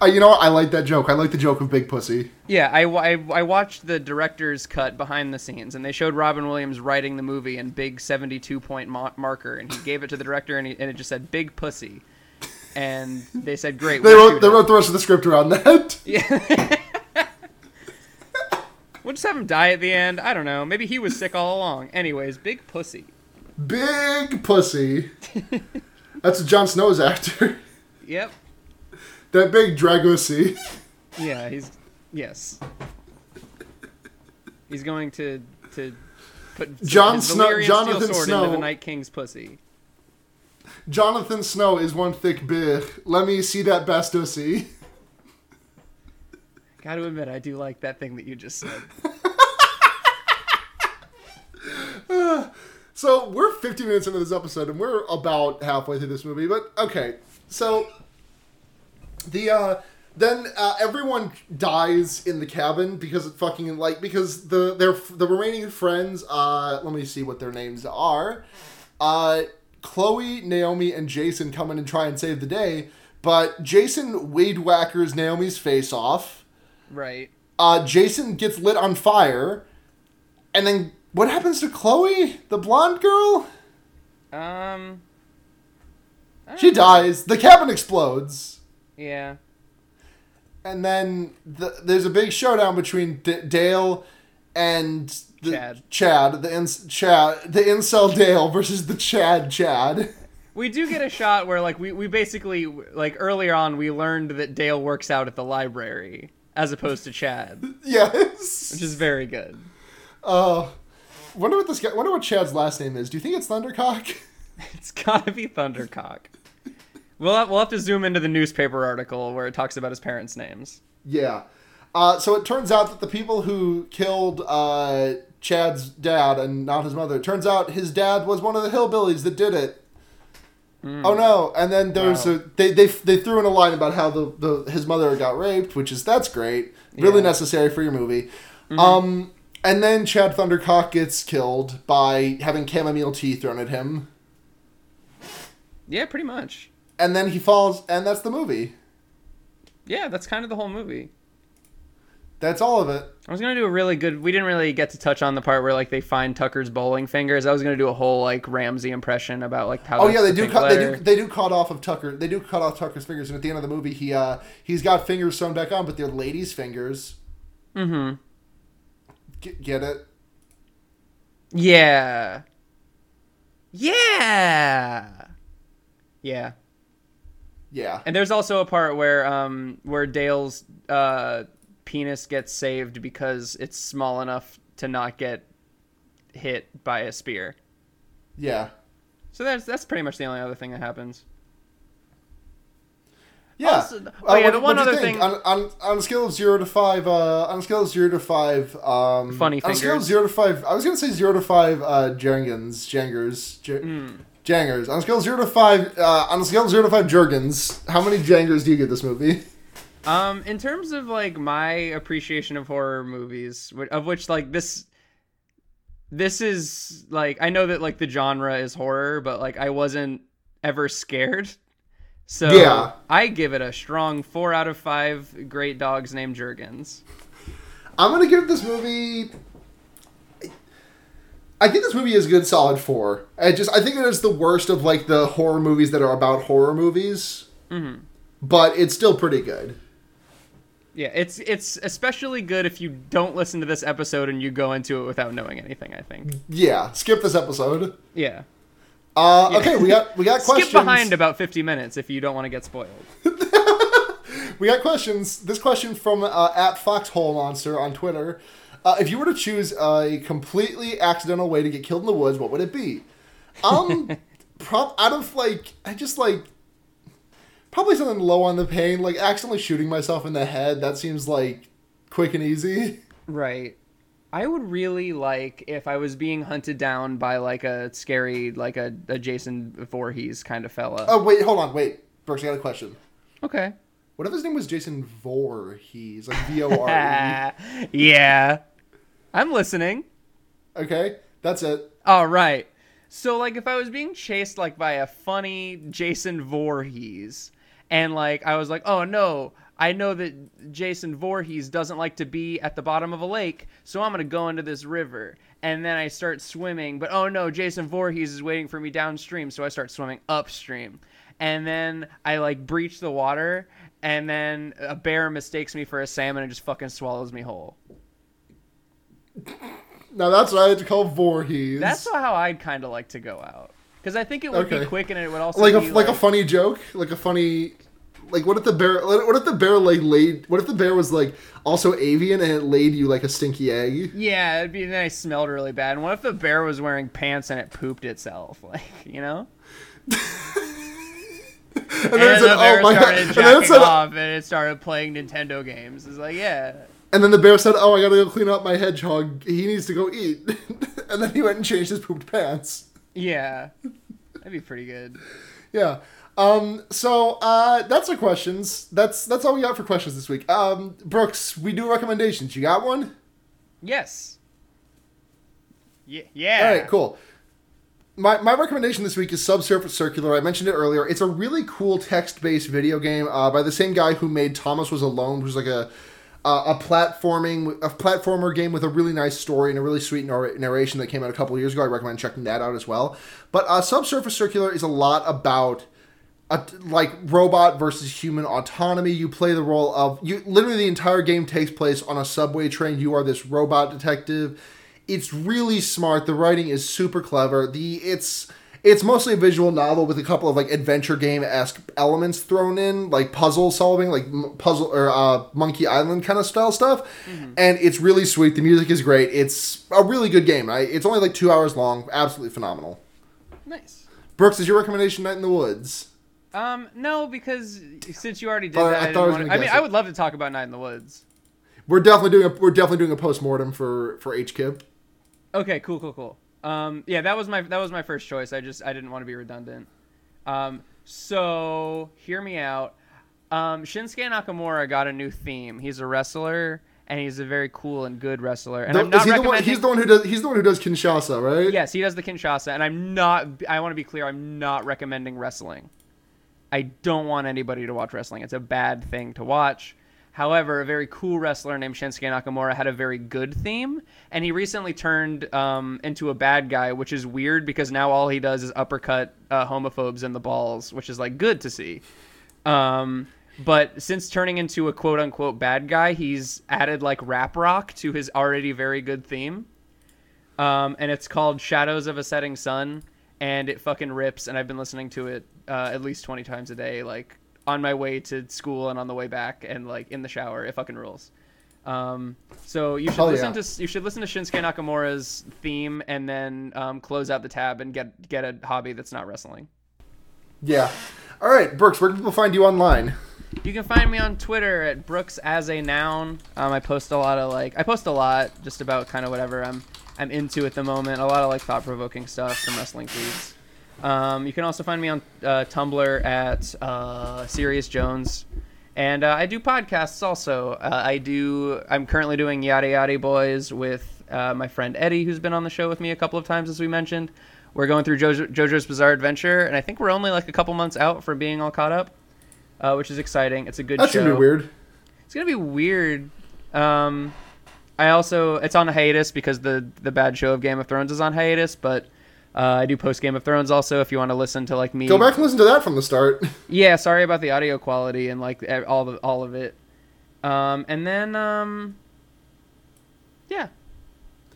Speaker 1: Uh, you know what? I like that joke. I like the joke of Big Pussy.
Speaker 2: yeah I, wa- I I watched the director's cut behind the scenes and they showed robin williams writing the movie in big 72 point mo- marker and he gave it to the director and, he, and it just said big pussy and they said great
Speaker 1: They
Speaker 2: we'll
Speaker 1: wrote
Speaker 2: shoot
Speaker 1: they
Speaker 2: it."
Speaker 1: wrote the rest of the script around that.
Speaker 2: Yeah. we'll just have him die at the end. I don't know. Maybe he was sick all along. Anyways, big pussy.
Speaker 1: (laughs) Big
Speaker 2: (laughs)
Speaker 1: Pussy. That's Jon Snow's actor. (laughs)
Speaker 2: Yep.
Speaker 1: That big Dragosy.
Speaker 2: Yeah, he's yes. He's going to to put
Speaker 1: Jon
Speaker 2: his
Speaker 1: Snow-
Speaker 2: Valyrian
Speaker 1: Jonathan
Speaker 2: steel sword into
Speaker 1: Snow.
Speaker 2: the Night King's pussy.
Speaker 1: Jonathan Snow is one thick bitch. Let me see that Bastosi.
Speaker 2: Got to admit, I do like that thing that you just said.
Speaker 1: So we're 50 minutes into this episode, and we're about halfway through this movie. But okay, so the uh, then uh, everyone dies in the cabin because it fucking like because the their the remaining friends. Uh, let me see what their names are. Uh, Chloe, Naomi, and Jason come in and try and save the day, but Jason wade whackers Naomi's face off.
Speaker 2: Right.
Speaker 1: Uh, Jason gets lit on fire, and then what happens to Chloe, the blonde girl?
Speaker 2: Um. I don't
Speaker 1: She
Speaker 2: know.
Speaker 1: dies. The cabin explodes,
Speaker 2: Yeah.
Speaker 1: and then the, there's a big showdown between D- Dale and the,
Speaker 2: Chad.
Speaker 1: Chad, the ins- Chad, the incel Dale versus the Chad Chad. (laughs)
Speaker 2: We do get a shot where like we, we basically like earlier on we learned that Dale works out at the library as opposed to Chad,
Speaker 1: Yes.
Speaker 2: (laughs) which is very good.
Speaker 1: Uh, wonder what this guy. Wonder what Chad's last name is. Do you think it's Thundercock? (laughs)
Speaker 2: It's gotta be Thundercock. We'll have, we'll have to zoom into the newspaper article where it talks about his parents' names.
Speaker 1: Yeah. Uh, so it turns out that the people who killed uh, Chad's dad and not his mother, it turns out his dad was one of the hillbillies that did it. Oh no! And then there's
Speaker 2: Hmm. Wow.
Speaker 1: a they, they they threw in a line about how the, the his mother got raped, which is that's great, really
Speaker 2: Yeah. Mm-hmm.
Speaker 1: necessary for your movie. Um, and then Chad Thundercock gets killed by having chamomile tea thrown at him,
Speaker 2: Yeah, pretty much.
Speaker 1: and then he falls, and that's the movie.
Speaker 2: Yeah, that's kind of the whole movie.
Speaker 1: That's all of it.
Speaker 2: I was gonna do a really good. We didn't really get to touch on the part where like they find Tucker's bowling fingers. I was gonna do a whole like Ramsey impression about like how.
Speaker 1: Oh
Speaker 2: that's
Speaker 1: yeah, they
Speaker 2: the
Speaker 1: do
Speaker 2: pink
Speaker 1: cut. They do.
Speaker 2: letter.
Speaker 1: They do cut off of Tucker. They do cut off Tucker's fingers, and at the end of the movie, he uh he's got fingers sewn back on, but they're ladies' fingers.
Speaker 2: Mhm.
Speaker 1: Get, get it?
Speaker 2: Yeah. Yeah. Yeah.
Speaker 1: Yeah.
Speaker 2: And there's also a part where um where Dale's uh penis gets saved because it's small enough to not get hit by a spear.
Speaker 1: Yeah.
Speaker 2: So that's that's pretty much the only other thing that happens.
Speaker 1: Yeah.
Speaker 2: Also- oh, yeah,
Speaker 1: what-
Speaker 2: the one
Speaker 1: what'd you
Speaker 2: other
Speaker 1: think?
Speaker 2: thing-
Speaker 1: on, on, on a scale of zero to five, uh, on a scale of zero to five, um,
Speaker 2: Funny
Speaker 1: on a scale of
Speaker 2: fingers.
Speaker 1: zero to five, I was gonna say zero to five, uh, Jergens, Jangers, Jer-
Speaker 2: Hmm.
Speaker 1: Jangers. On a scale of zero to five, uh, on a scale of zero to five Jergens, how many Jangers do you get this movie?
Speaker 2: Um, in terms of like my appreciation of horror movies, wh- of which like this, this is like I know that like the genre is horror, but like I wasn't ever scared. So
Speaker 1: Yeah.
Speaker 2: I give it a strong four out of five. Great dogs named Jurgens.
Speaker 1: I'm gonna give this movie. I think this movie is a good solid four. I just I think that it's the worst of like the horror movies that are about horror movies,
Speaker 2: Mm-hmm.
Speaker 1: but it's still pretty good.
Speaker 2: Yeah, it's it's especially good if you don't listen to this episode and you go into it without knowing anything. I think.
Speaker 1: Yeah, skip this episode.
Speaker 2: Yeah.
Speaker 1: Uh, okay, we got we got questions.
Speaker 2: (laughs) Skip behind about fifty minutes if you don't want to get spoiled.
Speaker 1: We got questions. This question from uh, at Foxhole Monster on Twitter: uh, If you were to choose a completely accidental way to get killed in the woods, what would it be? Um, prob out of like I just like probably something low on the pain, like accidentally shooting myself in the head. That seems like quick and easy. (laughs)
Speaker 2: Right. I would really like if I was being hunted down by like a scary, like a, a Jason Voorhees kind of fella.
Speaker 1: Oh wait, hold on, wait, Brooks, I got a question.
Speaker 2: Okay.
Speaker 1: What if his name was Jason Voorhees, like V O R
Speaker 2: Ah, (laughs) yeah. I'm listening.
Speaker 1: E? Okay, that's it.
Speaker 2: All right. So like if I was being chased like by a funny Jason Voorhees and like I was like, "Oh no, I know that Jason Voorhees doesn't like to be at the bottom of a lake, so I'm going to go into this river." And then I start swimming, but oh no, Jason Voorhees is waiting for me downstream, so I start swimming upstream. And then I like breach the water and then a bear mistakes me for a salmon and just fucking swallows me whole.
Speaker 1: Now that's what I had to call Voorhees.
Speaker 2: That's how I'd kind of like to go out because I think it would
Speaker 1: Okay.
Speaker 2: be quick and it would also
Speaker 1: like a
Speaker 2: be
Speaker 1: like a funny joke, like a funny, like what if the bear? What if the bear like laid? What if the bear was like also avian and it laid you like a stinky egg?
Speaker 2: yeah. It'd be then I smelled really bad. And what if the bear was wearing pants and it pooped itself? (laughs) Like
Speaker 1: (laughs)
Speaker 2: you know.
Speaker 1: And
Speaker 2: And,
Speaker 1: then it
Speaker 2: the
Speaker 1: said,
Speaker 2: bear
Speaker 1: "Oh my god!" (laughs)
Speaker 2: started
Speaker 1: And then,
Speaker 2: jacking
Speaker 1: it said,
Speaker 2: off and it started playing Nintendo games. It's like yeah,
Speaker 1: and then the bear said, "Oh, I gotta go clean up my hedgehog. He needs to go eat." (laughs) and then he went and changed his pooped pants.
Speaker 2: yeah. That'd be pretty good.
Speaker 1: Yeah. Um. So uh, that's our questions. That's that's all we got for questions this week. Um, Brooks, we do recommendations. You got one?
Speaker 2: Yes. Yeah. Yeah.
Speaker 1: All right, cool. My, my recommendation this week is Subsurface Circular. I mentioned it earlier. It's a really cool text based video game uh, by the same guy who made Thomas Was Alone, which is like a uh, a platforming a platformer game with a really nice story and a really sweet narr- narration that came out a couple years ago. I recommend checking that out as well. But uh, Subsurface Circular is a lot about a, like robot versus human autonomy. You play the role of you. Literally, the entire game takes place on a subway train. You are this robot detective. It's really smart. The writing is super clever. The it's it's mostly a visual novel with a couple of like adventure game esque elements thrown in, like puzzle solving, like m- puzzle or uh, Monkey Island kind of style stuff. And it's really sweet. The music is great. It's a really good game. I, it's only like two hours long. Absolutely phenomenal.
Speaker 2: Nice.
Speaker 1: Brooks, is your recommendation Night in the Woods?
Speaker 2: Um, no, because since you already did
Speaker 1: Thought- I
Speaker 2: that, I,
Speaker 1: thought I
Speaker 2: didn't
Speaker 1: was
Speaker 2: wanna-
Speaker 1: gonna
Speaker 2: I mean,
Speaker 1: guess
Speaker 2: I
Speaker 1: it.
Speaker 2: would love to talk about Night in the Woods.
Speaker 1: We're definitely doing a we're definitely doing a post mortem for for H Kip.
Speaker 2: Okay, cool, cool, cool. Um, yeah, that was my that was my first choice. I just I didn't want to be redundant. Um, so hear me out. Um, Shinsuke Nakamura got a new theme. He's a wrestler, and he's a very cool and good wrestler. And I'm
Speaker 1: Is he
Speaker 2: not
Speaker 1: the one?
Speaker 2: recommending.
Speaker 1: He's the one who does. He's the one who does Kinshasa, right?
Speaker 2: yes, he does the Kinshasa, and I'm not. I want to be clear. I'm not recommending wrestling. I don't want anybody to watch wrestling. It's a bad thing to watch. However, a very cool wrestler named Shinsuke Nakamura had a very good theme, and he recently turned um, into a bad guy, which is weird because now all he does is uppercut uh, homophobes in the balls, which is like good to see. Um, but since turning into a quote unquote bad guy, he's added like rap rock to his already very good theme. Um, and it's called Shadows of a Setting Sun, and it fucking rips. And I've been listening to it uh, at least 20 times a day, like on my way to school and on the way back, and like in the shower. It fucking rules. Um, so you should
Speaker 1: Hell
Speaker 2: listen
Speaker 1: yeah.
Speaker 2: to you should listen to Shinsuke Nakamura's theme, and then um, close out the tab and get get a hobby that's not wrestling.
Speaker 1: Yeah. All right, Brooks. Where can people find you online?
Speaker 2: You can find me on Twitter at Brooks as a noun. Um, I post a lot of like I post a lot just about kind of whatever I'm I'm into at the moment. A lot of like thought provoking stuff, some wrestling tweets. Um, you can also find me on uh, Tumblr at uh, Sirius Jones, and uh, I do podcasts also. Uh, I do. I'm currently doing Yada Yada Boys with uh, my friend Eddie, who's been on the show with me a couple of times, as we mentioned. We're going through Jojo, JoJo's Bizarre Adventure, and I think we're only like a couple months out for being all caught up, uh, which is exciting. It's a good
Speaker 1: That's
Speaker 2: show.
Speaker 1: gonna be weird.
Speaker 2: It's gonna be weird. Um, I also it's on hiatus because the the bad show of Game of Thrones is on hiatus, but uh, I do post Game of Thrones also. If you want to listen to like me,
Speaker 1: Go back and listen to that from the start.
Speaker 2: yeah, sorry about the audio quality and like e- all the all of it. Um, and then um, yeah,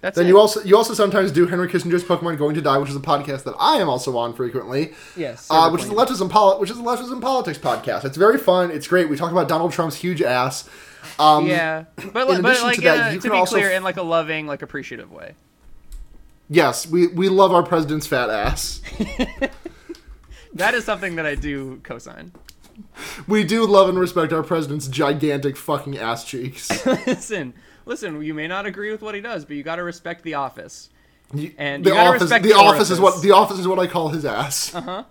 Speaker 2: that's
Speaker 1: then
Speaker 2: it.
Speaker 1: you also you also sometimes do Henry Kissinger's Pokemon Going to Die, which is a podcast that I am also on frequently.
Speaker 2: yes,
Speaker 1: Uh, which is the
Speaker 2: Cyberpunk.
Speaker 1: Leftism Poli- which is the Leftism Politics podcast. It's very fun. It's great. We talk about Donald Trump's huge ass. Um,
Speaker 2: yeah, but
Speaker 1: in
Speaker 2: like, but
Speaker 1: addition
Speaker 2: like
Speaker 1: to
Speaker 2: to,
Speaker 1: that, you
Speaker 2: to
Speaker 1: can
Speaker 2: be
Speaker 1: also
Speaker 2: clear,
Speaker 1: f-
Speaker 2: in like a loving, like appreciative way.
Speaker 1: Yes, we we love our president's fat ass.
Speaker 2: (laughs) That is something that I do cosign.
Speaker 1: we do love and respect our president's gigantic fucking ass cheeks.
Speaker 2: (laughs) listen, listen. You may not agree with what he does, but you got to respect the office.
Speaker 1: You-
Speaker 2: And
Speaker 1: the
Speaker 2: you gotta
Speaker 1: office,
Speaker 2: respect
Speaker 1: the,
Speaker 2: the Uh-huh.
Speaker 1: office is what
Speaker 2: orifice.
Speaker 1: the office is what I call his ass. Uh huh.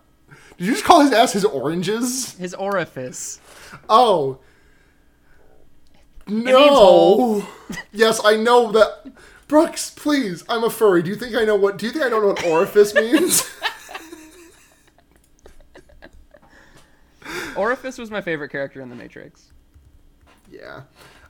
Speaker 1: Did you just call his ass his oranges?
Speaker 2: His orifice.
Speaker 1: Oh.
Speaker 2: hole.
Speaker 1: No. (laughs) Yes, I know that. Brooks, please. I'm a furry. Do you think I know what? Do you think I don't know what orifice means? (laughs)
Speaker 2: Orifice was my favorite character in The Matrix.
Speaker 1: Yeah.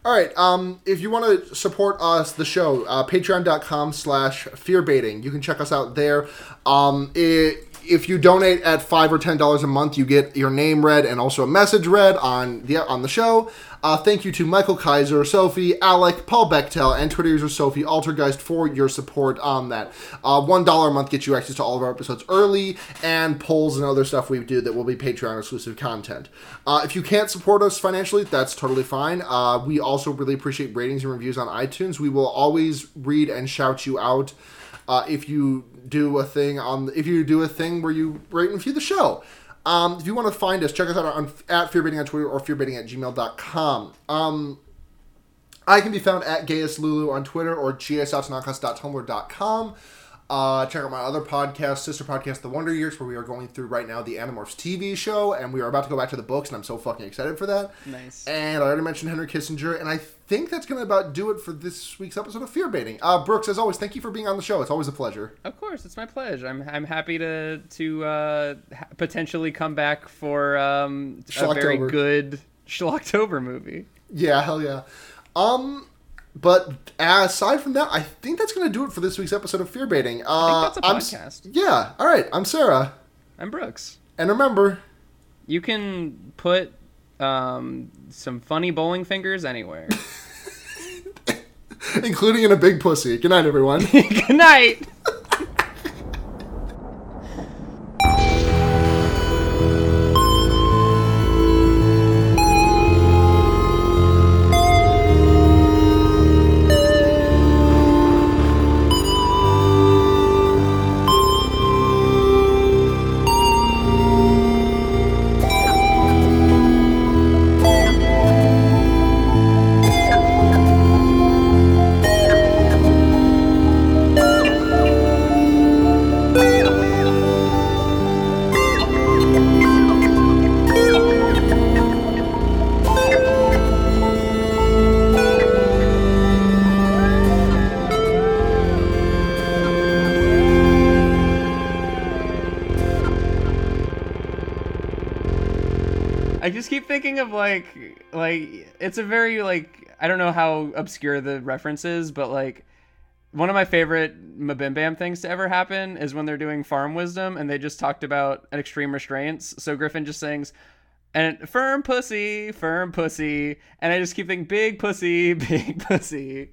Speaker 1: All right. Um, if you want to support us, the show, uh, patreon.com slash fearbaiting. You can check us out there. Um, it, if you donate at five or ten dollars a month, you get your name read and also a message read on the on the show. Uh, thank you to Michael Kaiser, Sophie, Alec, Paul Bechtel, and Twitter user Sophie Altergeist for your support on that. Uh, One dollar a month gets you access to all of our episodes early and polls and other stuff we do that will be Patreon exclusive content. Uh, if you can't support us financially, that's totally fine. Uh, we also really appreciate ratings and reviews on iTunes. We will always read and shout you out uh, if you do a thing on if you do a thing where you rate and review the show. Um, if you want to find us, check us out on at fearbaiting on Twitter or fearbaiting at gmail.com. Um, I can be found at Gaius Lulu on Twitter or gsotanakas.tumblr.com. Uh, check out my other podcast, sister podcast, The Wonder Years, where we are going through right now the Animorphs TV show, and we are about to go back to the books, and I'm so fucking excited for that.
Speaker 2: Nice.
Speaker 1: And I already mentioned Henry Kissinger, and I think that's going to about do it for this week's episode of Fear Baiting. Uh, Brooks, as always, thank you for being on the show. It's always a pleasure.
Speaker 2: Of course, it's my pleasure. I'm I'm happy to to uh, ha- potentially come back for um, a very
Speaker 1: Schlocktober.
Speaker 2: good Schlocktober movie.
Speaker 1: Yeah, hell yeah. Um, but aside from that, I think that's going to do it for this week's episode of Fear Baiting. Uh,
Speaker 2: I think
Speaker 1: I'm s-
Speaker 2: that's a podcast.
Speaker 1: yeah, all right. I'm Sarah.
Speaker 2: I'm Brooks.
Speaker 1: And remember,
Speaker 2: You can put um, some funny bowling fingers anywhere.
Speaker 1: (laughs) including in a big pussy. Good night, everyone.
Speaker 2: (laughs) good night. I just keep thinking of like like it's a very like I don't know how obscure the reference is, but like one of my favorite Mabim Bam things to ever happen is when they're doing farm wisdom and they just talked about an extreme restraints. So Griffin just sings and firm pussy, firm pussy, and I just keep thinking (laughs) big pussy, big pussy.